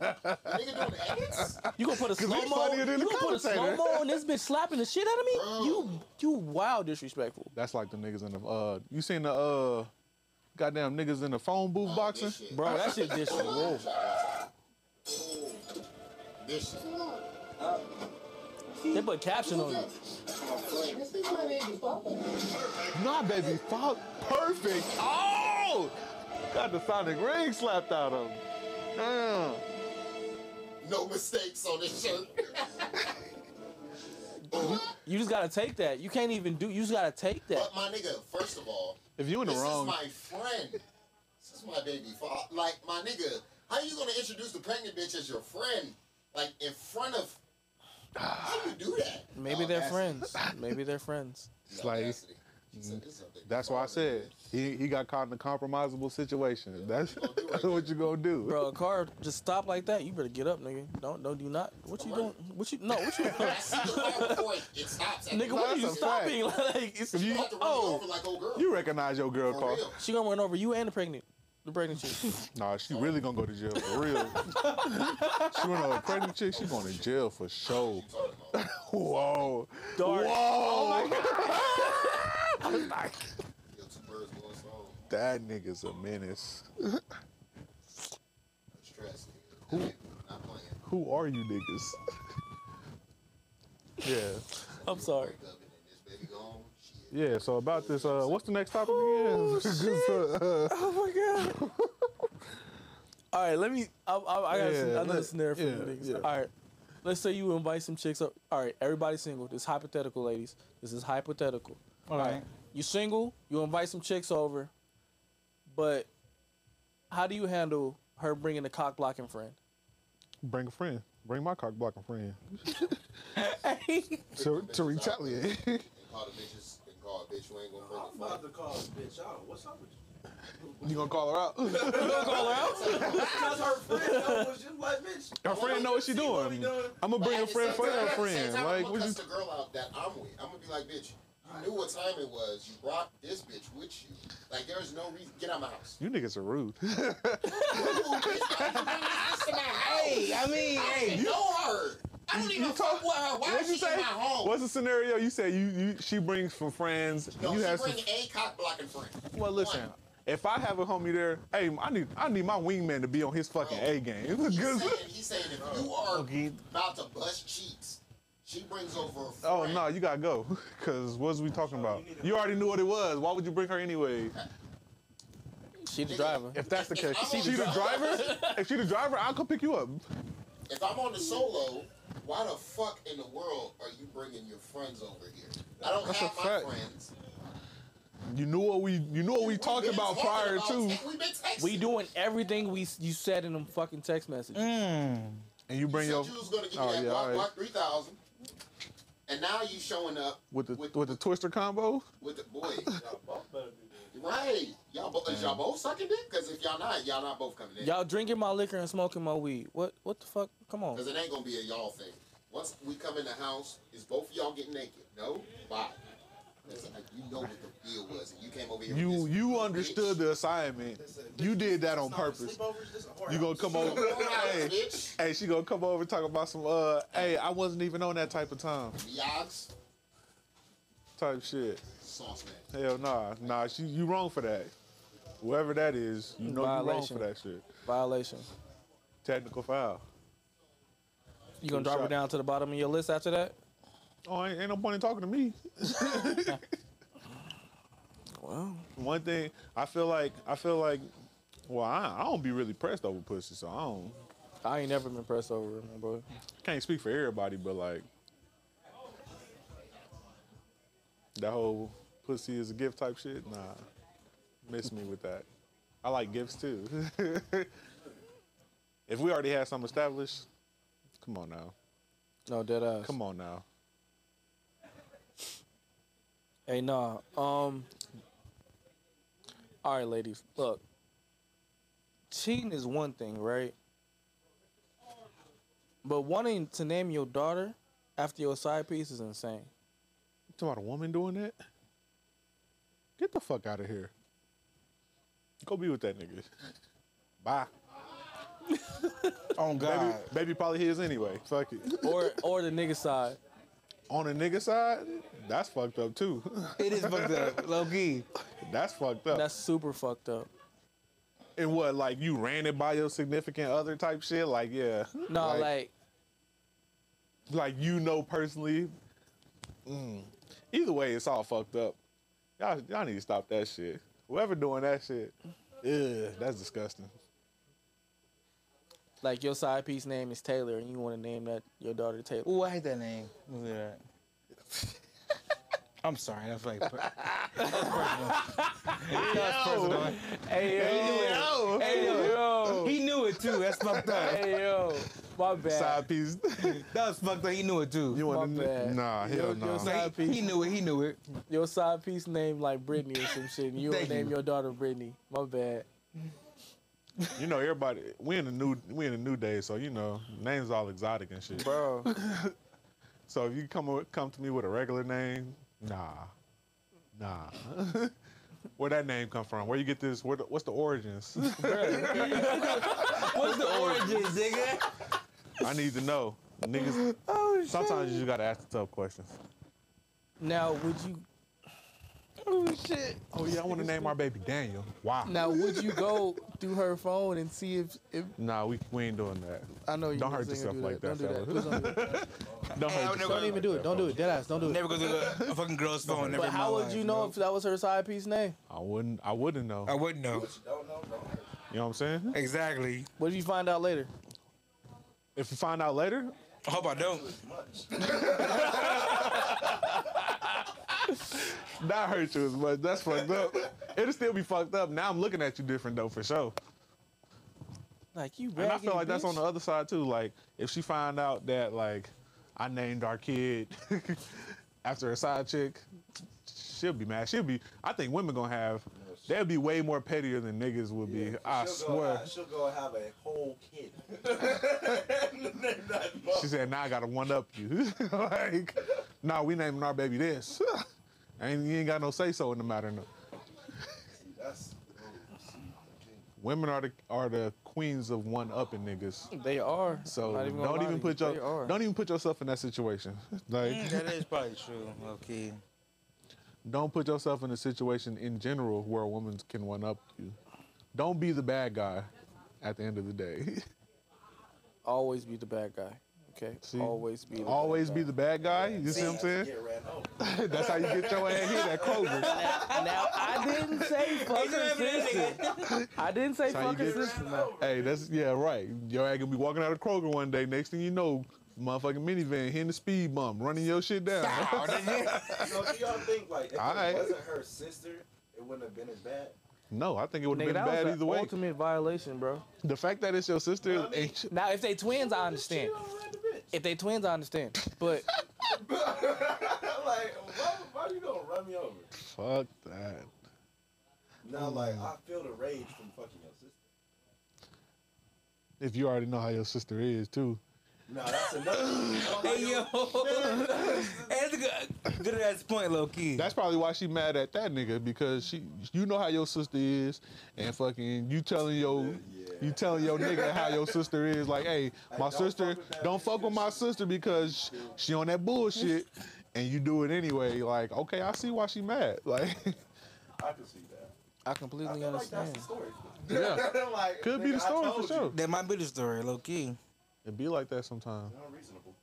H: nigga doing the edits.
B: you gonna put a slow mo?
A: funnier
B: You
A: than the
B: gonna put a slow
A: commentator.
B: mo on this bitch slapping the shit out of me?
H: Bro.
B: You you wild disrespectful.
A: That's like the niggas in the uh. You seen the uh, goddamn niggas in the phone booth boxing?
H: Oh, This shit.
B: Bro, that shit just whoa.
H: This shit.
B: They put caption on it.
I: This is my baby papa.
A: Nah, baby, fuck, perfect. Oh, got the sonic ring slapped out of him. Damn.
H: No mistakes on this shirt.
B: You just gotta take that. You can't even do. You just gotta take that.
H: but my nigga, first of all,
A: If you in the
H: this
A: wrong,
H: is my friend. This is my baby father. Like my nigga, how you gonna introduce the pregnant bitch as your friend? Like in front of. How you do that?
A: Oh,
B: Maybe they're
H: Audacity.
B: friends. Maybe they're friends.
A: it's like mm,
H: Audacity. She said, "This is her baby
A: that's why I
H: father,
A: said he, he got caught in a compromisable situation. that's that's what you gonna do.
B: Bro, a car just stop like that. You better get up, nigga. Don't don't do not. What you doing? What you no? What you?
H: nigga." I see the car before it, it stops. At
B: nigga,
H: the
B: what are
A: that's
B: you
A: a
B: stopping? like it's,
A: If
H: You
A: you-
H: have to run
B: oh,
H: oh, over like old girl.
A: You recognize your girl
H: for
A: car?
H: real.
B: She gonna run over you and the pregnant, the pregnant chick.
A: Nah, she really gonna go to jail for real. she went on a pregnant chick. She going to jail for sure.
H: Talking about- Oh
A: Whoa,
B: Dark.
A: whoa!
H: Kill two birds with one stone.
A: that nigga's a menace.
H: Stress, nigga. That nigga Not playing.
A: Who are you niggas? yeah.
B: I'm sorry.
H: Break up and then this baby gone. Shit.
A: Yeah, so about this, uh, what's the next topic
H: Oh,
A: again? 'Cause, uh,
B: Oh my god. All right, let me. I, I, I got
A: Yeah,
B: another
A: let-
B: scenario for
A: yeah,
B: you niggas.
A: yeah.
B: All right, let's say you invite some chicks up. All right, everybody's single. This is hypothetical, ladies. This is hypothetical.
C: All right.
B: You single. You invite some chicks over, but how do you handle her bringing a cock blocking friend?
A: bring a friend. Bring my cock blocking friend. to, to retaliate.
H: And call the bitches and call a bitch who ain't gonna break
D: I'm
H: the fuck.
D: about to call this bitch out. What's up with you?
A: you gonna call her out?
D: That's her friend. though. It's just like, bitch.
A: Her friend know what she
D: See what we
A: doing.
D: doing?
A: I'm gonna bring a friend for her friend.
H: I'm
A: Like,
H: gonna
A: what you?
H: cuss the girl out that I'm with. I'm gonna be like, bitch, you knew what time it was. You brought this bitch with you. Like, there's no reason. Get out my house.
A: You niggas are rude.
H: Ooh, bitch, why you bring this bitch to my house?
C: Hey, I mean,
H: I
C: hey.
H: know her. I don't even fuck with her. Why
A: What'd
H: is she in my home?
A: What's the scenario? You say you, you she brings some friends.
H: no,
A: you
H: she
A: have
H: bring
A: some.
H: a cock blocking friend.
A: Well, listen.
H: One.
A: If I have a homie there, hey, I need I need my wingman to be on his fucking
H: Bro.
A: A game. It's a
H: He's
A: good. Oh.
H: saying, he's saying if you are
A: Okay.
H: about to bust cheeks, she brings over a friend.
A: Oh no, you gotta go. Cause what's we talking about? You already knew what it was. Why would you bring her anyway?
B: She the driver.
A: If that's the
H: If
A: case,
H: I'm
A: she
H: on the
A: the driver.
H: driver-
A: if she the driver, I'll come pick you up.
H: If I'm on the solo, why the fuck in the world are you bringing your friends over here? I don't
A: That's a
H: have my
A: fact.
H: friends.
A: You knew what we you knew what we talked
H: been
A: about
H: talking
A: prior
H: about
A: to,
H: it. We been texting.
B: We doing everything we s- you said in them fucking text messages.
A: Mm. and you bring
H: said
A: your
H: you was gonna give me
A: oh
H: that
A: yeah
H: block,
A: all right.
H: block three thousand, and now you showing up
A: with the with the twister combo.
H: with the boy. right? Y'all both is y'all both sucking dick? Because if y'all not, y'all not both coming in.
B: Y'all drinking my liquor and smoking my weed. What what the fuck? Come on.
H: Because it ain't gonna be a y'all thing. Once we come in the house, is both of y'all getting naked? No, bye. 'Cause, uh, you know what the deal was, and you came over here. with
A: You
H: this
A: you
H: bitch.
A: understood the assignment. You did that on purpose. You gonna come over? hey,
H: Bitch,
A: hey, she gonna come over and talk about some. Uh, hey, I wasn't even on that type of time.
H: Yogs,
A: Type shit.
H: sauce man.
A: Hell nah, nah. She you wrong for that. Whoever that is, you know you wrong
B: Violation.
A: for that shit.
B: Violation.
A: Technical foul.
B: You gonna
A: Good
B: drop her
A: shot.
B: down to the bottom of your list after that?
A: Oh, ain't, ain't no point in talking to me.
B: Well,
A: One thing I feel like I feel like, well, I, I don't be really pressed over pussy, so I don't
B: I ain't never been pressed over, my bro.
A: can't speak for everybody, but like that whole pussy is a gift type shit. Nah, miss me with that. I like gifts too. if we already had something established, come on now,
B: No dead ass.
A: come on now.
B: Hey, nah. Um. All right, ladies. Look, cheating is one thing, right? But wanting to name your daughter after your side piece is insane.
A: You talking about a woman doing that? Get the fuck out of here. Go be with that nigga. Bye.
C: On God.
A: Baby, baby probably his anyway. Fuck it.
B: Or or the nigga side.
A: On the nigga side, that's fucked up too.
C: It is fucked up. Low key.
A: That's fucked up.
B: That's super fucked up.
A: and what, like you ran it by your significant other type shit? Like, yeah.
B: No,
A: Like-
B: like
A: Like you know personally. Mm. Either way, it's all fucked up. Y'all, y'all need to stop that shit. Whoever doing that shit, ugh, that's disgusting.
B: like your side piece name is Taylor, and you want to name that your daughter Taylor.
C: Ooh, I hate that name. Look at that. I'm sorry. That's like. per- That's personal. That's personal.
B: Hey yo, hey yo,
C: He knew it too. That's fucked up.
B: hey yo. My bad.
A: Side piece.
C: That was fucked up. He knew it too.
A: you want
B: My
A: to?
B: bad.
A: Nah, hell
B: Yo-
A: no.
B: yo,
C: So he- he, knew it. He knew it.
B: Your side piece name like Brittany or some shit, and you
C: Thank
B: would name
C: you.
B: your daughter Brittany. My bad.
A: You know, everybody. We in a new we in a new day, so you know names all exotic and shit.
B: Bro,
A: So if you come o- come to me with a regular name, nah, nah. Where that name come from? Where you get this? Where the, what's the origins?
C: What's the
A: Oh,
C: origins, nigga?
A: I need to know, niggas.
B: Oh,
A: sometimes you just gotta ask the tough questions.
B: now would you
C: Oh shit.
A: Oh yeah, I want to name our baby Daniel. Wow.
B: now would you go through her phone and see if if
A: Nah, we, we ain't doing that.
B: I know you
A: Don't hurt
B: wasn't
A: yourself
B: gonna do
A: like that,
B: Don't do that.
A: fella.
B: Please Don't, do that.
A: Don't hurt
C: I would
A: yourself
C: never
B: don't even
A: like
B: do
A: that,
B: it. Don't do
A: fella.
B: it. Deadass. Don't do it.
C: Never go to a fucking girl's phone. never
B: But
C: in my
B: how would
C: life,
B: you know if that was her side piece name?
A: I wouldn't. I wouldn't know.
B: Oh.
C: I wouldn't know.
A: You know what I'm saying?
C: Exactly.
B: What if you find out later?
A: If you find out later,
C: I hope I don't.
A: that hurt you as much. That's fucked up. It'll still be fucked up. Now I'm looking at you different though, for sure.
B: Like you.
A: And I
B: raggedy
A: feel like that's
B: bitch.
A: on the other side too. Like if she find out that like I named our kid after a side chick, she'll be mad. She'll be. I think women gonna have. They'll be way more pettier than niggas would be. I
D: she'll
A: swear.
D: Go, uh, she'll go have a whole kid.
A: She said, "Now I gotta one up you." like, nah, we naming our baby this. ain't you ain't got no say so in the matter. No.
D: That's
A: Women are the are the queens of one upping niggas.
B: They are.
A: So
B: Not gonna
A: don't
B: lie
A: even
B: to
A: put
B: you.
A: your
B: They are. Mm.
A: don't even put yourself in that situation. Like
C: That is probably true. Okay.
A: don't put yourself in a situation in general where a woman can one up you. Don't be the bad guy at the end of the day.
B: always be the bad guy. Okay.
A: See?
B: always be. The
A: Always
B: bad
A: be
B: guy.
A: the bad guy. You see what I'm saying?
D: get ran over.
A: That's how you get your ass hit at Kroger.
B: Now I didn't say fuck her sister. I didn't say
A: That's how you
B: fuck her
A: get.
B: sister.
A: Hey, that's yeah, right. Your ass gonna be walking out of Kroger one day. Next thing you know, motherfucking minivan hitting the speed bump, running your shit down.
D: So do y'all think like if
A: Alright.
D: it wasn't her sister, it wouldn't have been as bad.
A: No, I think it would have
B: Nigga,
A: been
B: that
A: bad
B: was
A: either
B: the
A: way.
B: ultimate violation, bro.
A: The fact that it's your sister, ain't sh-
B: Now, if they twins, I understand. If they twins, I understand. But
D: like, why, why you gonna run me over?
A: fuck that.
D: Now, like, I feel the rage from fucking your sister.
A: If you already know how your sister is too,
D: No, that's another.
C: Hey yo, that's a good, good ass point, low key.
A: that's probably why she mad at that nigga because she, you know how your sister is, and fucking you telling your, you telling your nigga how your sister is. Like, hey, my
D: don't
A: sister,
D: fuck with that
A: don't fuck with my sister because she on that bullshit, and you do it anyway. Like, okay, I see why she mad. Like,
D: I can see that.
B: I completely
D: Like, that's
B: understand.
D: the story.
A: yeah,
D: like,
A: could be
D: nigga,
A: the
D: I
A: story for
D: told
A: sure.
D: you.
C: That might be the story, low key.
A: It be like that sometimes.
D: Not reasonable.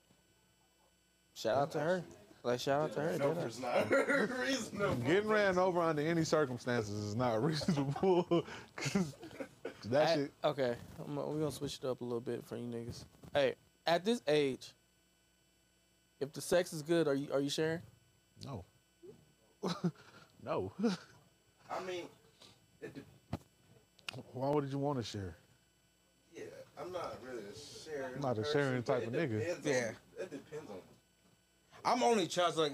B: Shout out to her. Like shout out to her.
D: No,
B: did I?
D: it's not reasonable.
A: Getting ran over under any circumstances is not reasonable. 'cause that
B: At-
A: shit.
B: Okay, I'm, we're gonna switch it up a little bit for you niggas. Hey, at this age, if the sex is good, are you are you sharing?
A: No. no.
D: I mean, it, de-
A: Why would you want to share?
D: yeah, I'm not really a sharing.
A: I'm not a sharing type
D: person,
A: of
D: but it
A: nigga.
D: depends
C: Yeah.
D: On, it depends on.
C: I'm only child, so, like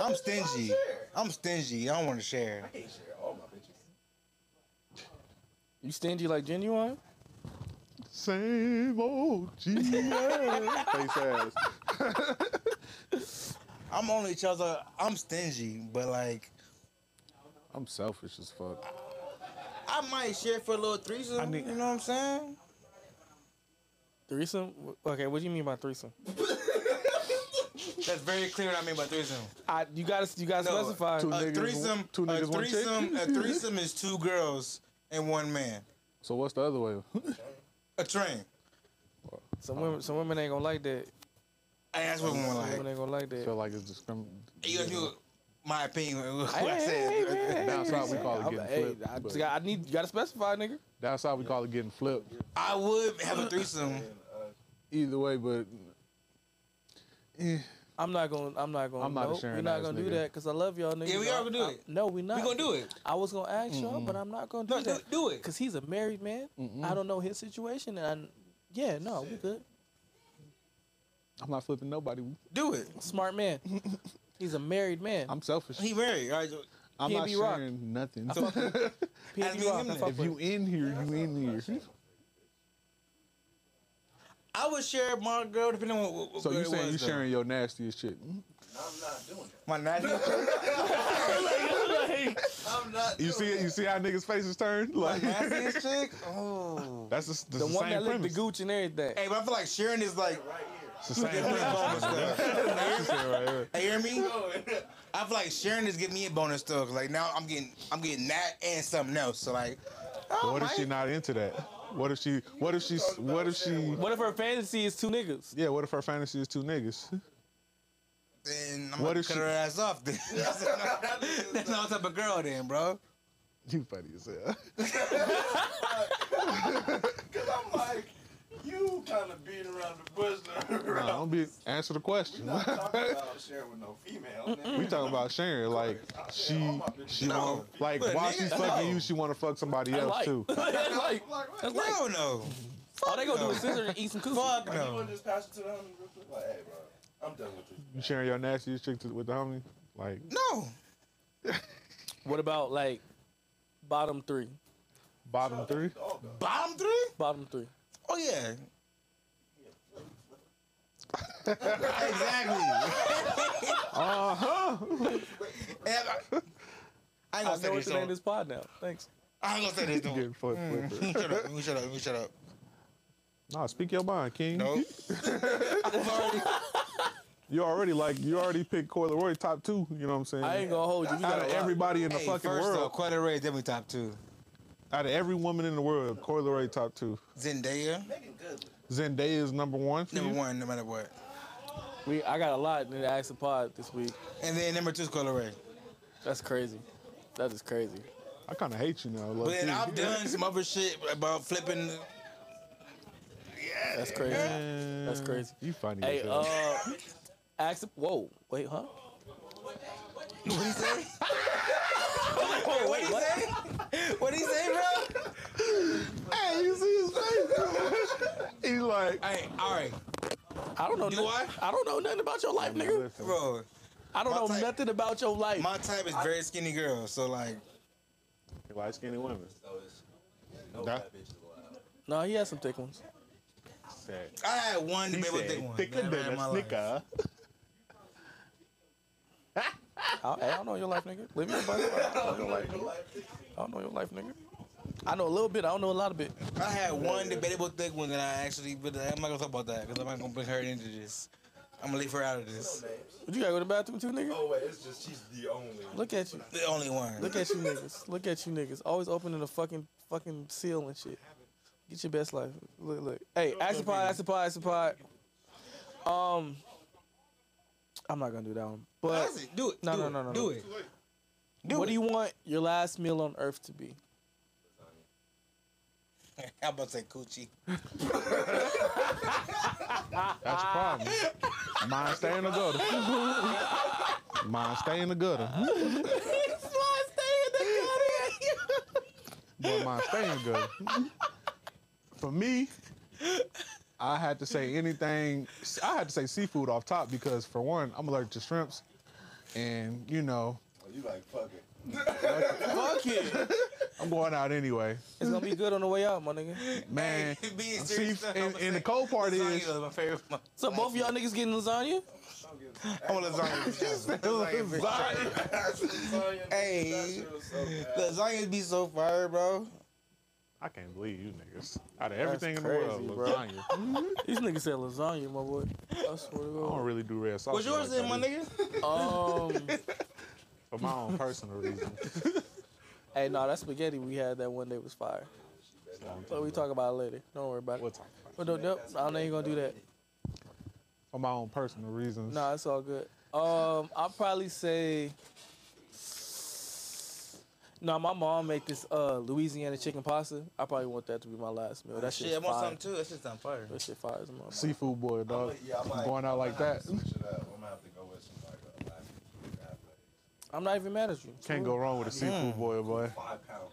C: I'm stingy.
D: share.
C: I'm stingy. I don't want to share.
D: I can't share all my bitches.
B: You stingy like genuine?
A: Same old GM. Face ass.
C: I'm only child, so I'm stingy. But like,
A: I'm selfish as fuck.
C: I might share for a little threesome.
A: I need-
C: you know what I'm saying?
B: Threesome? Wh- Okay, what do you mean by threesome?
C: That's very clear what I mean by threesome.
B: I you gotta you gotta
C: No,
B: specify. Uh,
A: two-
C: a
A: niggas,
C: threesome,
A: two
C: a
A: niggas, one chick?
C: threesome, a threesome is two girls and one man.
A: So what's the other way?
C: A train.
B: Some women some women ain't gonna like that.
C: I asked what women
B: Some
C: like.
B: women ain't gonna like that.
A: Feel like it's discrimin.
C: You guys knew my opinion. What
B: Hey,
C: I said.
B: hey, hey, hey,
A: Down south we
B: hey,
A: call it
B: I'm-
A: getting
B: hey,
A: flipped,
B: I,
A: but-
B: just got- I need you gotta specify, nigga.
A: That's how we call it getting flipped.
C: I would have a threesome.
A: Either way, but eh,
B: I'm not gonna. I'm not gonna.
A: I'm not a
B: nope,
A: sharing
B: We're not
A: ass
B: gonna do
A: nigga.
B: that because I love y'all niggas.
C: Yeah, we
B: I-
C: are gonna do
B: I-
C: it.
B: No, we not.
C: We gonna do it.
B: I was gonna ask y'all, but I'm not gonna do
C: No, do,
B: that.
C: do it.
B: Cause he's a married man. I don't know his situation, and I, yeah, no, we good.
A: I'm not flipping nobody.
C: Do it.
B: Smart man. he's a married man.
A: I'm selfish.
C: He married. All right.
A: I'm not
B: PNB Rock.
A: sharing nothing.
B: PNB
C: I mean,
B: Rock,
C: him
B: I
C: then.
B: fuck
A: if you
B: with.
A: in here, you in here.
C: I would share my girl depending on what, what
A: So
C: girl
A: you
C: it
A: saying
C: was,
A: you
C: though.
A: sharing your nastiest shit?
D: I'm not doing that.
C: my nasty?
D: I'm not.
A: You
D: doing
A: see it?
D: that.
A: You see how niggas' faces turn? Like
C: nastiest chick? Oh.
A: that's just that's
B: the one
A: same
B: that licked the
A: premise.
B: gooch and everything.
C: Hey, but I feel like sharing is like.
A: It's the same
C: Give me a
A: premise.
C: bonus though.
A: She said right here.
C: Hey, hear me?
D: Oh,
C: I feel like sharing is giving me a bonus though. 'cause, Like now I'm getting, I'm getting that and something else. So like, oh,
A: What if she
C: Mike.
A: not into that? What if she? What if she? What if she?
B: What if her fantasy is two niggas?
A: Yeah. What if her fantasy is two niggas?
C: Then I'm
A: What
C: gonna
A: if
C: cut
A: she-
C: her ass off. Then that's not the type of girl then, bro.
A: You funny as hell.
D: Cause I'm like, you kind of beating around the bush.
A: Nah,
D: Nah,
A: don't be answer the question.
D: not talking about sharing with no female. nigga.
A: we talking about sharing. Like she, she
C: No.
A: want like
C: But
A: while
C: nigga,
A: she's fucking
C: no.
A: you, she want to fuck somebody else
B: like,
A: too.
B: That's like,
D: Like,
B: that's
D: like,
B: like,
C: Hell no.
B: all they gonna do is sit there and eat some cookies.
C: Fuck
D: like you
C: no.
D: want to just pass it to them? real quick? Like, hey, bro, I'm done with this.
A: You sharing your nastiest chick to, with the homie? Like
C: No.
B: What about like bottom three?
A: bottom three?
D: Dog, dog.
C: Bottom three?
B: Bottom three.
C: Oh yeah. exactly.
A: Uh huh.
C: And I, I ain't
B: I
C: gonna
B: know
C: say
B: what
C: this.
B: the name of
C: though.
B: this pod now. Thanks.
C: I ain't gonna say this. though.
A: Getting fucked with her.
C: shut up. You shut up. You shut up.
A: Nah, speak your mind, King.
C: Nope.
A: You already like you already picked Coy Leroy top two. You know what I'm saying?
B: I ain't gonna hold you. We
A: out
B: got
A: of
B: a lot.
A: everybody in the
C: Hey,
A: fucking
C: first
A: world,
C: though, Quetta Ray definitely top two.
A: out of every woman in the world, Coy Leroy top two.
C: Zendaya
A: Zendaya is number one. For
C: number
A: you?
C: one, no matter what.
B: We I got a lot in the Ask the Pod this week.
C: And then number two is Quetta Ray.
B: That's crazy. That is crazy.
A: I kind of hate you now. low
C: But then
A: key.
C: I've done some other shit about flipping.
B: That's crazy. That's crazy.
A: You funny.
B: Hey,
A: as hell.
B: uh, ask. the- Whoa, wait, huh?
C: What he say?
B: Wait, wait,
C: Hey, all right.
B: I don't know. Do I? I don't know nothing about your life, nigga.
C: Bro,
B: I don't
C: My
B: know
C: type-
B: nothing about your life.
C: my type is very skinny girls, so like,
A: light skinned women.
C: Nah.
B: No, he has some thick ones.
A: Sad.
C: I had one
A: He
C: debate with
A: said,
C: thick one.
A: thicker
C: man,
A: than
C: in my
A: a
C: life.
A: snicker.
B: I, I don't know your life, nigga. Live your fucking life. I don't know your life. nigga. I don't know your life, nigga. I know a little bit. I don't know a lot of it.
C: I had one debatable thick one that I actually, but I'm not gonna talk about that because I'm not gonna bring her into this. I'm gonna leave her out of this.
B: But you gotta go to the bathroom too, nigga.
D: Oh wait, it's just she's the only.
B: Look at you.
C: The only one.
B: Look at you niggas. Look at you niggas. Always opening the fucking fucking seal and shit. Get your best life. Look, look. Hey, action pod, action pod, action pod. Um, I'm not gonna do that one. But
C: Honestly, do it.
B: no,
C: do
B: no,
C: it,
B: no, no,
C: Do
B: no.
C: it.
B: what do you want your last meal on earth to be?
C: I'm about to say coochie.
A: That's your
C: Ah.
A: problem. Mine stay in the gutter. Mine stay in the gutter. Boy, mine stay in the gutter. For me, I had to say anything. I had to say seafood off top because, for one, I'm allergic to shrimps, and you know,
D: Oh, you like fucking.
B: Fuck it.
A: I'm going out anyway.
B: It's gonna be good on the way out, my nigga.
A: Man,
C: Being
A: see,
C: serious,
A: and,
C: I'm gonna
A: and the
C: say
A: cold part
C: lasagna
A: is,
C: my favorite. one.
B: So both of y'all niggas getting lasagna?
C: I want lasagna. lasagna. Hey, lasagna be so fire, bro.
A: I can't believe you niggas. Out of everything in the
B: crazy,
A: world,
B: bro.
A: lasagna.
B: These niggas said lasagna, my boy. I swear
A: I
B: to
A: don't
B: God.
A: really do red sauce.
C: What's yours
A: like
C: then, my
A: that,
B: Um,
C: nigga?
A: For my own personal reasons.
B: hey, no, that spaghetti we had that one day was fire. But we talk about it later. Don't worry about it.
A: We'll talk about it.
B: But no, nope, I ain't gonna do that.
A: For my own personal reasons.
B: No, it's all good. Um, I'll probably say. No, my mom made this uh, Louisiana chicken pasta. I probably want that to be my last meal. That shit,
C: Shit, I want
B: fire.
C: something too. That shit's on fire.
B: That shit fire as a motherfucker.
A: Seafood boy, dog. Uh, going out like that.
D: I'm gonna have to go with some like a last
B: I'm not even mad at you.
A: Can't go wrong with a
C: Mm.
A: seafood boy, boy.
D: five pounds.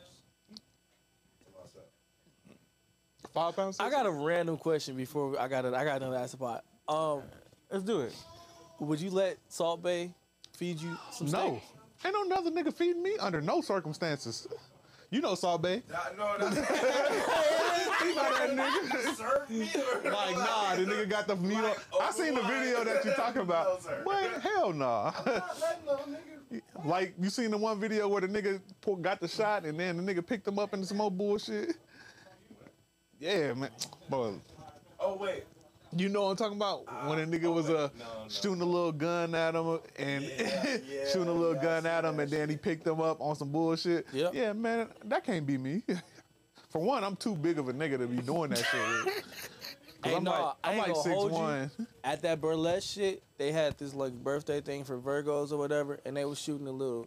D: To myself.
A: Five pounds?
B: I got a random question before we- I got it. I got another ass spot. Um, let's do it. Would you let Salt Bay feed you some
A: No.
B: steak?
A: Ain't no another nigga feeding me under no circumstances. You know Saw Bay.
D: Nah, no, that's serve me or
A: Like, nah, the nigga got the meat on. I seen the video that you talking about.
D: No, sir.
A: But hell nah.
D: not letting no nigga.
A: like, you seen the one video where the nigga pull- got the shot and then the nigga picked him up in some more bullshit? Yeah, man. Boy,
D: Oh wait,
A: You know what I'm talking about? when a nigga was uh,
D: no, no.
A: shooting a little gun at him uh, and
D: Yeah, yeah,
A: shooting a little
D: yeah, I
A: gun
D: seen
A: at him,
D: that
A: and then he picked him up on some bullshit.
B: Yep.
A: Yeah, man, that can't be me. For one, I'm too big of a nigga to be doing that shit. With. 'Cause
B: Hey,
A: I'm
B: nah,
A: like,
B: I
A: I'm
B: ain't
A: like
B: gonna
A: six
B: hold you.
A: one.
B: At that burlesque shit, they had this like birthday thing for Virgos or whatever, and they was shooting a little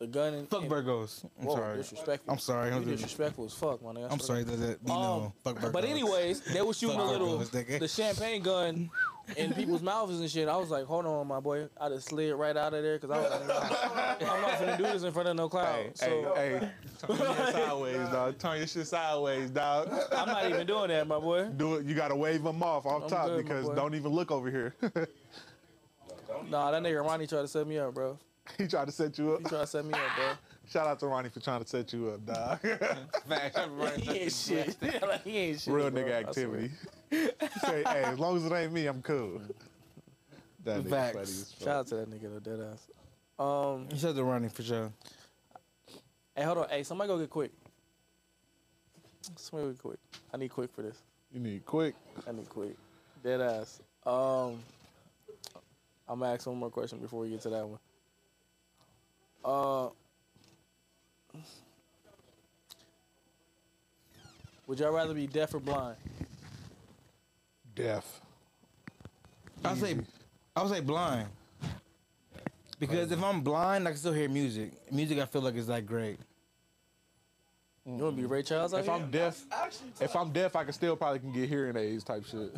B: the gun and
C: Fuck
B: and-
C: Virgos. I'm
B: Whoa,
C: sorry.
B: disrespectful.
C: I'm sorry.
B: You
C: I'm,
B: disrespectful as fuck, my nigga. I
C: I'm
B: swear
C: sorry.
B: to
C: That, that, you
B: God.
C: know,
B: Um,
C: fuck Virgos.
B: but anyways, they were shooting
C: Fuck
B: a little
C: Virgos, nigga.
B: the champagne gun in people's mouths and shit. I was like, hold on, my boy. I just slid right out of there because I was like, I'm not gonna do this in front of no crowd.
A: Hey,
B: Oh, so
A: hey, hey, turn your shit sideways, dog. Turn your shit sideways, dog.
B: I'm not even doing that, my boy.
A: Do it. You gotta wave them off off
B: I'm
A: top
B: good, my
A: because
B: boy.
A: don't even look over here.
B: Nah, that nigga Ronnie tried to set me up, bro.
A: he tried to set you
B: He
A: up.
B: tried to set me up, bro.
A: Shout out to Ronnie for trying to set you up, dog.
B: he ain't shit. Like, he ain't shit.
A: Real
B: bro.
A: nigga
B: I swear.
A: activity. Say, hey, as long as it ain't me, I'm cool. That nigga
C: Facts.
A: funny as fuck.
B: Shout out to that nigga though, dead ass. Um,
C: You said the running for sure.
B: hey, hold on. Hey, somebody go get quick. Somebody go get quick. I need quick for this.
A: You need quick.
B: I need quick. Dead ass. Um, I'm gonna ask one more question before we get to that one. Uh, would y'all rather be deaf or blind?
A: Deaf.
C: I would say, I would say blind. Because if I'm blind, I can still hear music. Music, I feel like is like great.
B: You wanna be Ray Charles? out
A: Mm-hmm. If
B: here?
A: I'm deaf, if I'm deaf, I can still probably can get hearing aids type shit.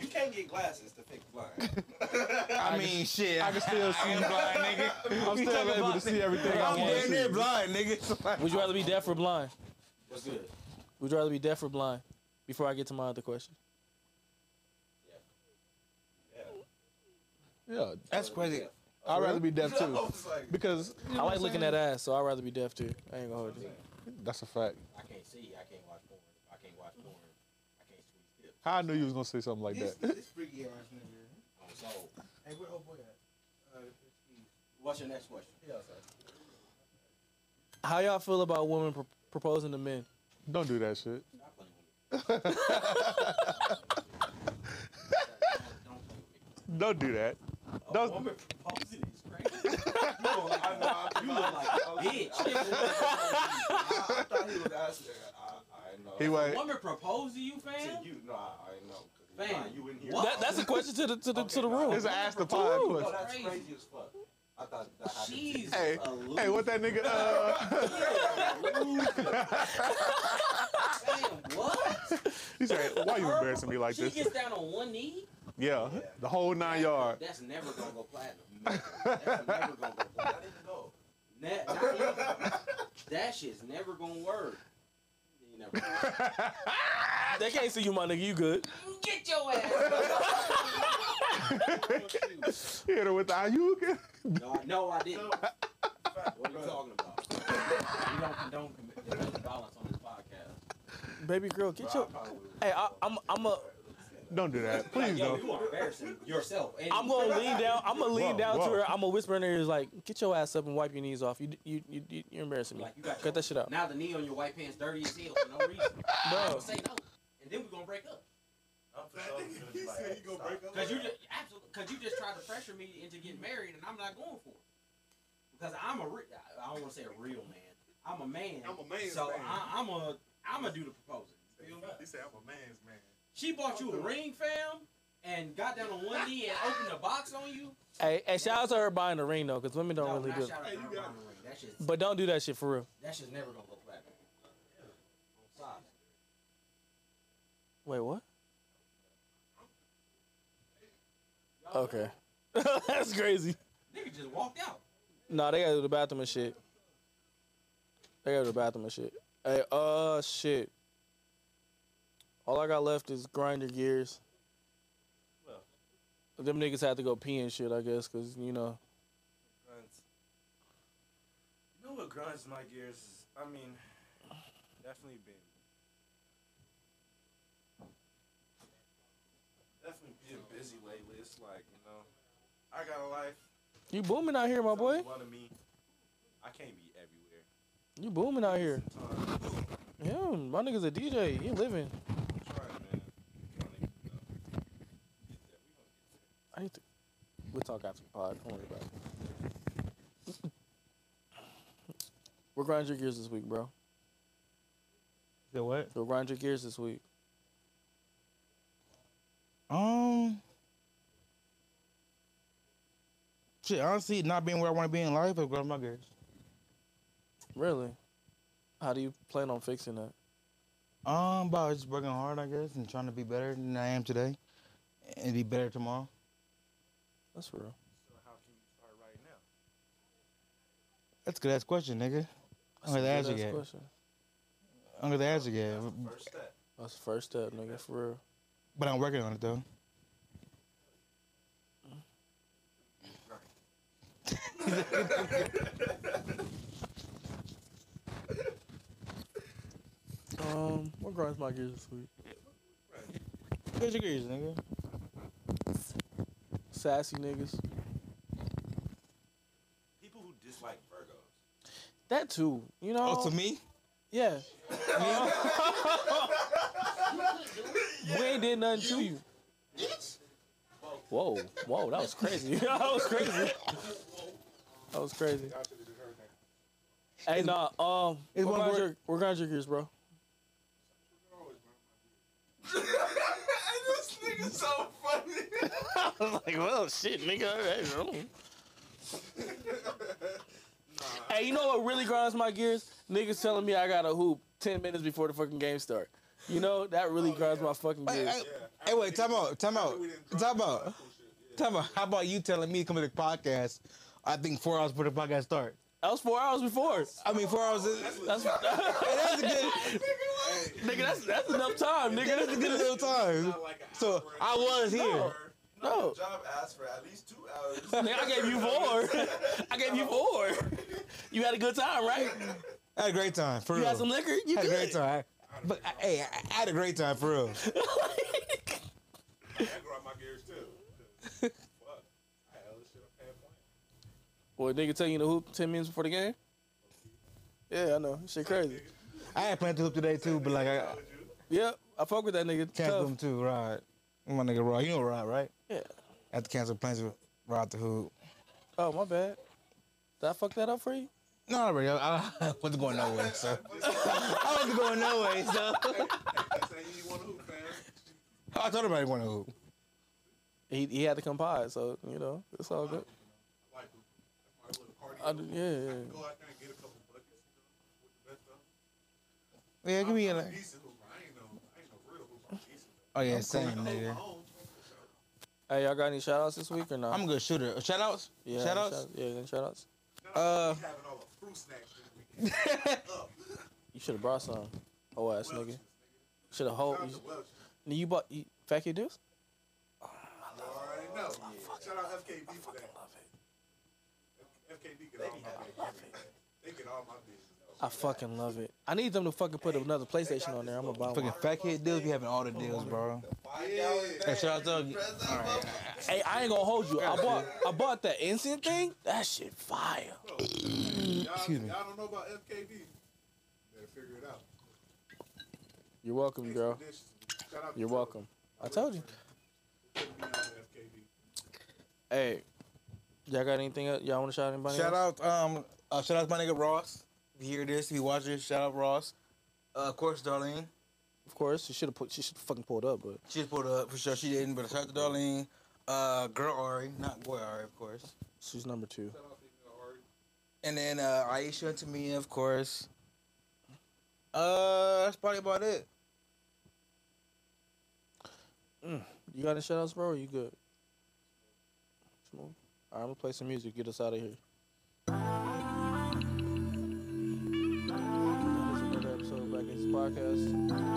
D: you can't get glasses to fix blind.
C: I, mean, shit. I
A: I can still see.
C: am blind, nigga.
A: I'm still able to see everything I want
C: I'm damn
A: to see.
C: near blind, nigga.
B: would you rather be deaf or blind?
D: What's good?
B: Would you rather be deaf or blind? before I get to my other question?
A: Yeah,
C: that's crazy.
B: I'd rather be deaf
A: too. I was because
B: I like looking at ass, so I'd rather be deaf too. I ain't gonna hold you.
A: That's a fact.
E: I can't see. I can't watch porn. I can't watch porn. I can't squeeze dick.
A: How I knew you was gonna say something like
E: This-
A: that.
E: this freaky ass nigga. So, hey, where old boy at? Uh, What's your next question? Yeah, sir.
B: How y'all feel about women pro- proposing to men?
A: Don't do that shit. Don't do that. Don't.
D: You look like, I know, I- you look like a bitch. I, I thought he was asking. I, I know.
A: He went-
J: Woman proposed to you, fam?
D: You, no, I, I know. 'cause
J: Fam,
D: nah, you in here.
J: what? That- that's a
B: question to the to the
A: to the room. It's an ask the pod
D: No,
A: question.
D: that's crazy as fuck. I thought that happened.
J: Jeez.
A: Hey, hey, what that nigga? Uh...
J: what?
A: He said, "Why you embarrassing me like
J: She
A: this?"
J: gets down on one knee.
A: Yeah, the whole nine yard.
J: That's never gonna go platinum. That's never gonna go platinum. Ne- not even- that shit's never gonna work. You never.
B: They can't see you, my nigga. You good?
J: Get your ass.
A: Hit her with the ayuka.
J: no, I- no, I didn't. What are you talking about? You don't condone commit- domestic violence on this podcast.
B: Baby girl, get your. Hey, I, I'm I'm a.
A: Don't do that. Please
J: Yo,
A: don't.
J: you are embarrassing yourself. and-
B: I'm gonna lean down. I'm gonna lean
A: Whoa,
B: down to
A: whoa.
B: her. I'm gonna whisper in her ears like, "Get your ass up and wipe your knees off. You you you you- you're embarrassing me.
J: Like, you got
B: Cut that shit out."
J: Now the knee on your white pants dirty as hell for no reason.
B: Bro.
J: Bro. Say no, and then we're gonna break up. Cause you just absolutely, cause you just tried to pressure me into getting married, and I'm not going for it. Because I'm a, re- I- I don't want to say a real man. I'm a man.
K: I'm a man's
J: So
K: man.
J: I, I'm a, I'm a do the proposing.
K: He said, I'm a man's man.
J: She bought you a ring, fam, and got down on one knee and opened the box on you.
B: Hey, hey, shout out to her buying the ring though, because women don't really
J: Not
B: do.
J: shout out to her buying a ring. That shit's,
B: But don't do that shit for real.
J: that shit's never gonna go platinum. I'm sorry.
B: Wait, what? Okay, that's crazy.
J: Nigga just walked out.
B: Nah, they gotta do the bathroom and shit. They gotta do the bathroom and shit. Hey, uh, shit. All I got left is grinder gears.
D: Well.
B: Them niggas had to go pee and shit, I guess, cause you know.
D: Grunts. You know what grinds my gears is? I mean, definitely been. Definitely being busy lately. It's like, you know, I got a life.
B: You booming out here, my
D: It's only
B: boy.
D: One of me. I can't be everywhere.
B: You booming out here. Yeah, my nigga's a DJ. He living. I need to. We'll talk after the pod. Don't worry about it. We'll grind your gears this week, bro.
C: The what?
B: We'll grind your gears this week.
C: Um. Shit, honestly, not being where I want to be in life, but growing my gears.
B: Really? How do you plan on fixing that?
C: Um, by just working hard, I guess, and trying to be better than I am today, and be better tomorrow.
B: That's real.
C: That's a good ass question, nigga. I'm gonna
B: That's
C: ask
B: a
C: you
B: good-ass
C: that.
B: question.
C: I'm gonna ask you that.
B: That's the first step, nigga, for real.
C: But I'm working on it though.
B: Um, what grinds my gears this week?
C: Good degrees, nigga.
B: Sassy niggas.
D: People who dislike Virgos.
B: That too, you know.
D: Oh, to me?
B: Yeah. we ain't did nothing to you. Whoa, whoa, that was crazy. that was crazy. That was crazy. Hey, nah, um,
C: It's
B: we're
C: one
B: gonna
C: word-
B: jerk, we're gonna jerk yours, bro.
K: this nigga's so funny.
B: I was like, well, shit, nigga. all right, I don't- Hey, you know what really grinds my gears? Niggas telling me I got to hoop ten minutes before the fucking game start. You know that really grinds my fucking
C: Wait,
B: gears.
C: hey, hey, wait, time out, time out, time out, time out. How about you telling me to come to the podcast? I think four hours before the podcast start.
B: That was four hours before.
C: I mean, four hours. Is,
B: that's, that's a good. nigga, that's that's enough time, nigga.
C: That's a good little time. So I was here.
B: No.
L: Job asked for at least two hours.
B: Nigga, I gave you four. I gave you four. You had a good time, right?
C: I had a great time. For
B: You
C: real.
B: had some liquor? You
C: had a
B: good.
C: great time. But I, hey, I, I had a great time for real.
A: I grind my gears too. 'Cause, Fuck. I had other shit I had planned.
B: Boy, nigga tell you in the hoop ten minutes before the game. Yeah, I know. Shit crazy.
C: I had planned to hoop today too, but like I
B: Yep, I fuck with that nigga.
C: canceled
B: Tough.
C: them too. Rod, my nigga Rod, you know Rod, right?
B: Yeah.
C: I had to cancel plans with Rod the Hoop.
B: Oh my bad. Did I fuck that up for you?
C: No, I already. I, I wasn't going nowhere, so I wasn't going nowhere, so I told everybody want to hoop.
B: He he had to come by, so you know it's all good. I, do- yeah, yeah, yeah.
A: Go out there and get a couple buckets you know, with the best stuff.
C: Yeah, give me a.
A: I'm decent hooper. I ain't no, I ain't no real hooper. I'm decent.
C: Oh yeah,
A: I'm
C: same
A: cool.
C: nigga.
B: Hey, y'all got any shout outs this week or not?
C: I'm a good shooter. Uh, Shout outs?
B: Yeah,
C: shout
B: any
C: outs?
B: shout- yeah, any shout outs.
C: Uh,
B: You should have brought some. Oh ass nigga. Should have hold. oh, You, Nigga, you bought you, fat kid juice?
A: You already know. Shout out FKB for that. FKB get all my business. They get all my business.
B: I fucking love it. I need them to fucking put another PlayStation on there. I'm gonna buy
C: fucking
B: one.
C: fat kid deals be having all the deals, bro. Hey, shout out to
B: Hey, I ain't gonna hold you. I bought I bought that instant thing. That shit fire.
A: Excuse me. Y'all don't know about FKB. Better figure it out.
B: You're welcome, girl.
A: Shout out to
B: You're welcome. I told you. Hey, y'all got anything else? Y'all want to shout anybody?
C: Shout
B: else?
C: out, um, uh, shout out to my nigga Ross. If you hear this, if you watch this, shout out Ross. Uh, of course, Darlene.
B: Of course, she should have put. She should fucking pulled up, but
C: She just pulled up for sure. She didn't, but shout out to Darlene. Uh, girl Ari, not boy Ari, of course.
B: she's number two.
C: And then uh, Aisha to me, of course. Uh, that's probably about it.
B: Mm. You got any shout outs, bro? Or you good? Smooth. All right, I'm gonna play some music. Get us out of here. That is another episode of Black Aces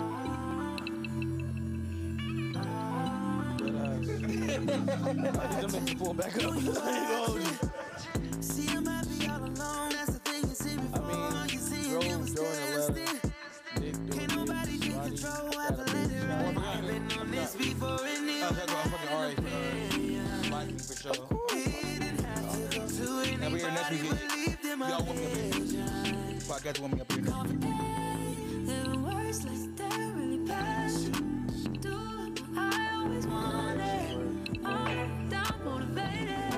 B: Podcast. Dead ass. pull back up.
I: See, I might be all alone. That's the thing you see before. I mean, you see it, it was destined. Can't nobody get control. I can let it ride. I've been on this before and it didn't have to go to
C: Now we here next week. Y'all want me up here. Podcast want me up here.
I: And words like that really passion. Do I always want it? I'm down motivated.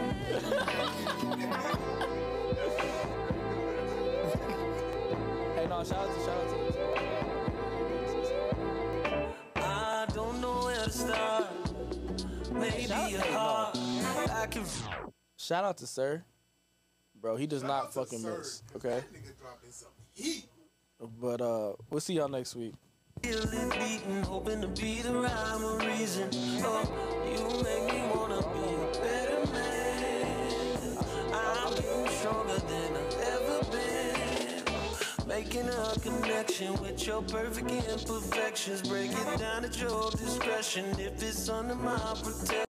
B: Hey, no, shout out to shout out to.
D: I don't know where to start. Maybe a heart. I can.
B: Shout out to Sir. Bro, he does not fucking miss. Okay. But uh we'll see y'all next week.
D: Feel it beating, hoping to be the rhyme or reason. Oh, you make me wanna be a better man. I'm getting stronger than I've ever been. Making a connection with your perfect imperfections. Break it down at your discretion if it's under my protection.